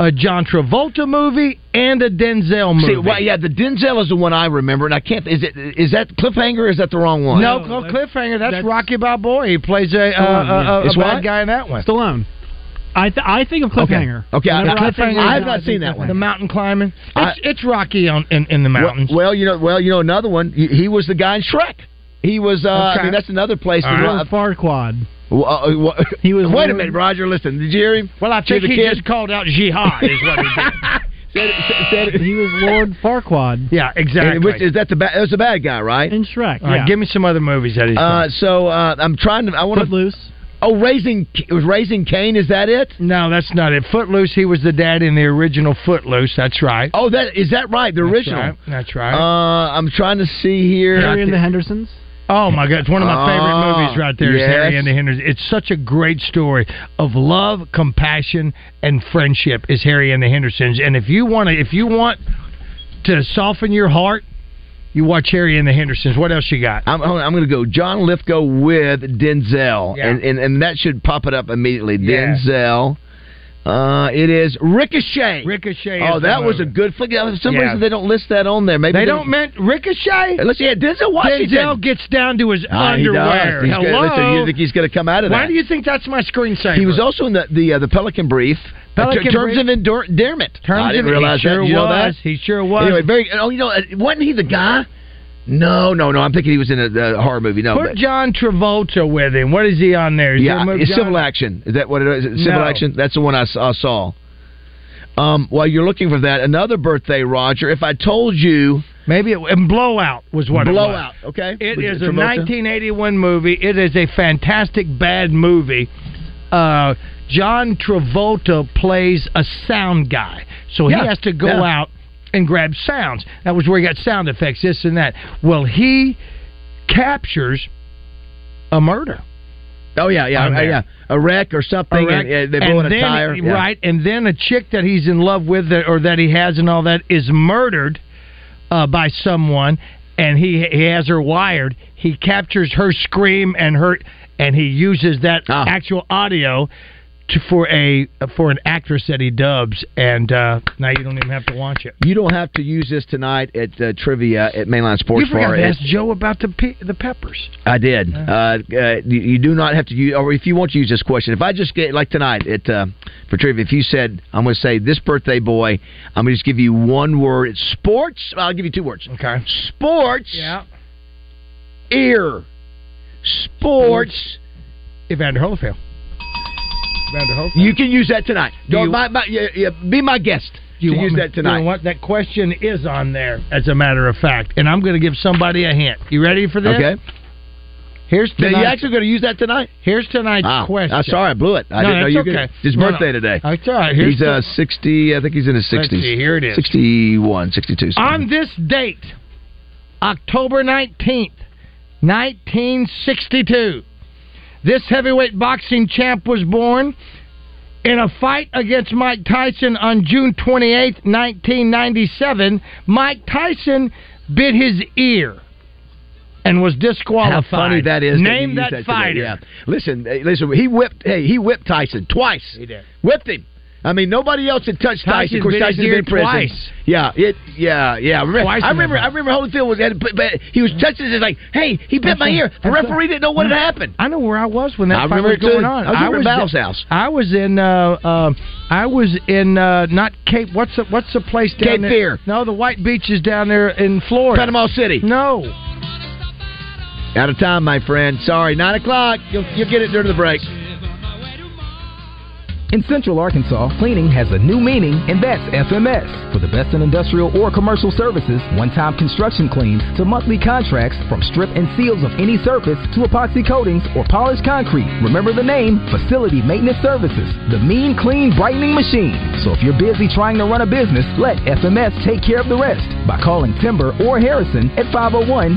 [SPEAKER 4] a John Travolta movie and a Denzel movie.
[SPEAKER 2] See, well, yeah, the Denzel is the one I remember, and I can't. Is it? Is that cliffhanger? or Is that the wrong one?
[SPEAKER 4] No, no cliffhanger. That's, Rocky Balboa. He plays a, uh,
[SPEAKER 2] Stallone, yeah.
[SPEAKER 4] a, a,
[SPEAKER 2] It's
[SPEAKER 4] a bad
[SPEAKER 2] what?
[SPEAKER 4] guy in that one.
[SPEAKER 11] Stallone. I th- I think of cliffhanger.
[SPEAKER 2] Okay, I-
[SPEAKER 11] Whenever
[SPEAKER 2] I-
[SPEAKER 11] think
[SPEAKER 2] I've
[SPEAKER 11] of-
[SPEAKER 2] not
[SPEAKER 11] I think
[SPEAKER 2] seen that one.
[SPEAKER 4] The mountain climbing. It's,
[SPEAKER 2] I-
[SPEAKER 4] it's Rocky on in, in the
[SPEAKER 2] Well-
[SPEAKER 4] mountains.
[SPEAKER 2] Well, you know, well, you know, another one. He, he was the guy in Shrek. He was. Uh, I
[SPEAKER 11] Okay.
[SPEAKER 2] mean, that's another place.
[SPEAKER 11] All
[SPEAKER 2] to
[SPEAKER 11] right.
[SPEAKER 2] Farquad.
[SPEAKER 11] [LAUGHS]
[SPEAKER 2] he was. uh, Wait a minute, Roger. Listen, did you hear him?
[SPEAKER 4] Well, I
[SPEAKER 2] Hear
[SPEAKER 4] think
[SPEAKER 2] the
[SPEAKER 4] he
[SPEAKER 2] kid?
[SPEAKER 4] just called out jihad is what he
[SPEAKER 2] [LAUGHS]
[SPEAKER 8] [LAUGHS]
[SPEAKER 4] did.
[SPEAKER 11] He was Lord Farquad.
[SPEAKER 4] [LAUGHS] Yeah, exactly.
[SPEAKER 2] And which is that the bad? That's the bad guy, right?
[SPEAKER 11] In Shrek.
[SPEAKER 4] All right, give me some other movies that he's.
[SPEAKER 2] Uh, so uh, I'm trying to. I want to
[SPEAKER 11] Footloose.
[SPEAKER 2] Oh, raising It was raising Cain. Is that it?
[SPEAKER 4] No, that's not it. Footloose. He was the dad in the original Footloose. That's right.
[SPEAKER 2] Oh, that is that right? The
[SPEAKER 4] That's
[SPEAKER 2] original.
[SPEAKER 4] right, That's right.
[SPEAKER 2] Uh, I'm trying to see here.
[SPEAKER 4] Harry and the
[SPEAKER 11] Hendersons.
[SPEAKER 4] Oh my God! It's one of my favorite
[SPEAKER 2] Ah,
[SPEAKER 4] movies right there. Is Harry
[SPEAKER 2] yes.
[SPEAKER 4] and the Hendersons. It's such a great story of love, compassion, and friendship. Is Harry and the Hendersons. And if you want to, if you want to soften your heart, you watch Harry and the Hendersons. What else you got?
[SPEAKER 2] I'm, hold on, I'm going to go John Lithgow with Denzel, and, and and that should pop it up immediately. Denzel. Uh, it is Ricochet.
[SPEAKER 4] Ricochet.
[SPEAKER 2] Oh,
[SPEAKER 4] is the
[SPEAKER 2] that was a
[SPEAKER 4] movie.
[SPEAKER 2] good flick. For some
[SPEAKER 4] Yeah.
[SPEAKER 2] reason, they don't list that on there. Maybe
[SPEAKER 4] They don't men- Ricochet.
[SPEAKER 2] Let's see. Yeah, Denzel Washington.
[SPEAKER 4] Denzel gets down to his
[SPEAKER 2] Ah, he does.
[SPEAKER 4] underwear.
[SPEAKER 2] He's
[SPEAKER 4] Hello.
[SPEAKER 2] Gonna, listen, you think he's going to come out of that?
[SPEAKER 4] Why do you think that's my screensaver?
[SPEAKER 2] He was also in the the, uh, the Pelican Brief.
[SPEAKER 4] Pelican
[SPEAKER 2] Uh, ter- terms
[SPEAKER 4] Brief.
[SPEAKER 2] of endur- endearment.
[SPEAKER 4] Terms
[SPEAKER 2] I didn't
[SPEAKER 4] of- he
[SPEAKER 2] realize
[SPEAKER 4] sure
[SPEAKER 2] that. You know that?
[SPEAKER 4] was. He sure was.
[SPEAKER 2] Anyway, very. Oh, you know, uh, wasn't he the guy? No, no, no. I'm thinking he was in a, a horror movie. No,
[SPEAKER 4] Put
[SPEAKER 2] but-
[SPEAKER 4] John Travolta with him. What is he on there? Is there
[SPEAKER 2] yeah,
[SPEAKER 4] a movie-
[SPEAKER 2] it's
[SPEAKER 4] John-
[SPEAKER 2] civil action. Is that what it is? Civil
[SPEAKER 4] No.
[SPEAKER 2] action. That's the one I, s- I saw. Um, while you're looking for that, another birthday, Roger. If I told you,
[SPEAKER 4] maybe it, and blowout was what it was.
[SPEAKER 2] blowout. Okay,
[SPEAKER 4] It
[SPEAKER 2] Was
[SPEAKER 4] is a
[SPEAKER 2] Travolta?
[SPEAKER 4] 1981 movie. It is a fantastic bad movie. Uh, John Travolta plays a sound guy, so
[SPEAKER 2] Yeah,
[SPEAKER 4] he has to go
[SPEAKER 2] yeah.
[SPEAKER 4] out and grab sounds. That was where he got sound effects, this and that. Well, he captures a murder.
[SPEAKER 2] Oh yeah, yeah,
[SPEAKER 4] On
[SPEAKER 2] uh,
[SPEAKER 4] there.
[SPEAKER 2] yeah. A wreck or something.
[SPEAKER 4] Correct.
[SPEAKER 2] And, uh, they
[SPEAKER 4] And
[SPEAKER 2] blow in a
[SPEAKER 4] then-
[SPEAKER 2] tire. Yeah.
[SPEAKER 4] Right, and then a chick that he's in love with that- or that he has and all that is murdered uh, by someone, and he he has her wired. He captures her scream and her, and he uses that
[SPEAKER 2] Ah.
[SPEAKER 4] actual audio. To, for a for an actress that he dubs, and uh, now you don't even have to watch it.
[SPEAKER 2] You don't have to use this tonight at uh, trivia at Mainline Sports
[SPEAKER 4] you forgot
[SPEAKER 2] Bar.
[SPEAKER 4] to
[SPEAKER 2] It's-
[SPEAKER 4] ask Joe about the pe- the peppers.
[SPEAKER 2] I did. Uh, uh, you, you do not have to use, or if you want to use this question, if I just get like tonight at uh, for trivia, if you said I'm going to say this birthday boy, I'm going to just give you one word. It's sports. I'll give you two words.
[SPEAKER 4] Okay.
[SPEAKER 2] Sports.
[SPEAKER 4] Yeah.
[SPEAKER 2] Ear. Sports.
[SPEAKER 4] Evander Holyfield. Evander Holyfield.
[SPEAKER 2] You can use that tonight.
[SPEAKER 4] Do
[SPEAKER 2] Don't-
[SPEAKER 4] you-
[SPEAKER 2] my- my- yeah, yeah, be my guest.
[SPEAKER 4] Do you
[SPEAKER 2] to
[SPEAKER 4] want
[SPEAKER 2] use
[SPEAKER 4] me-
[SPEAKER 2] that tonight.
[SPEAKER 4] You know what? That question is on there, as a matter of fact. And I'm going to give somebody a hint. You ready for this?
[SPEAKER 2] Okay.
[SPEAKER 4] Here's
[SPEAKER 2] Now,
[SPEAKER 4] tonight.
[SPEAKER 2] you actually going to use that tonight?
[SPEAKER 4] Here's tonight's
[SPEAKER 2] Wow.
[SPEAKER 4] question.
[SPEAKER 2] Ah, I'm sorry, I blew it. I
[SPEAKER 4] No,
[SPEAKER 2] didn't know
[SPEAKER 4] that's
[SPEAKER 2] you could-
[SPEAKER 4] okay.
[SPEAKER 2] It's his
[SPEAKER 4] No, no.
[SPEAKER 2] birthday today.
[SPEAKER 4] That's all right. Here's
[SPEAKER 2] He's uh,
[SPEAKER 4] the-
[SPEAKER 2] 60, I think he's in his 60s.
[SPEAKER 4] Let's see, here it is. Uh,
[SPEAKER 2] 61, 62. something.
[SPEAKER 4] on this date, October 19th, 1962, this heavyweight boxing champ was born. In a fight against Mike Tyson on June 28th, 1997, Mike Tyson bit his ear and was disqualified.
[SPEAKER 2] How funny that is.
[SPEAKER 4] Name
[SPEAKER 2] you
[SPEAKER 4] that,
[SPEAKER 2] used today.
[SPEAKER 4] fighter.
[SPEAKER 2] Yeah. Listen, hey, listen. He whipped. Hey, he whipped Tyson twice. He
[SPEAKER 4] did.
[SPEAKER 2] Whipped him. I mean, nobody else had touched Tyson.
[SPEAKER 4] Tyson
[SPEAKER 2] Of course,
[SPEAKER 4] bit his
[SPEAKER 2] Tyson's been
[SPEAKER 4] ear
[SPEAKER 2] in prison.
[SPEAKER 4] twice.
[SPEAKER 2] Yeah, it. Yeah, yeah. I remember.
[SPEAKER 4] Twice
[SPEAKER 2] I
[SPEAKER 4] in the
[SPEAKER 2] remember. I remember Holyfield was had, but, but he was touching. It's like, hey, he bit my ear. The referee didn't know what had happened.
[SPEAKER 4] I know where I was when that
[SPEAKER 2] I
[SPEAKER 4] fight
[SPEAKER 2] remember
[SPEAKER 4] was
[SPEAKER 2] it too.
[SPEAKER 4] going on.
[SPEAKER 2] I was over at Val's house.
[SPEAKER 4] I was in. Uh, uh, I was in uh, not Cape. What's the What's the place down
[SPEAKER 2] Cape
[SPEAKER 4] there?
[SPEAKER 2] Fear.
[SPEAKER 4] No, the White Beach is down there in Florida.
[SPEAKER 2] Panama City.
[SPEAKER 4] No.
[SPEAKER 2] Out of time, my friend. Sorry, nine o'clock. You'll, you'll get it during the break.
[SPEAKER 23] In Central Arkansas, cleaning has a new meaning, and that's FMS. For the best in industrial or commercial services, one time construction cleans to monthly contracts from strip and seals of any surface to epoxy coatings or polished concrete. Remember the name Facility Maintenance Services, the mean, clean, brightening machine. So if you're busy trying to run a business, let FMS take care of the rest by calling Timber or Harrison at 501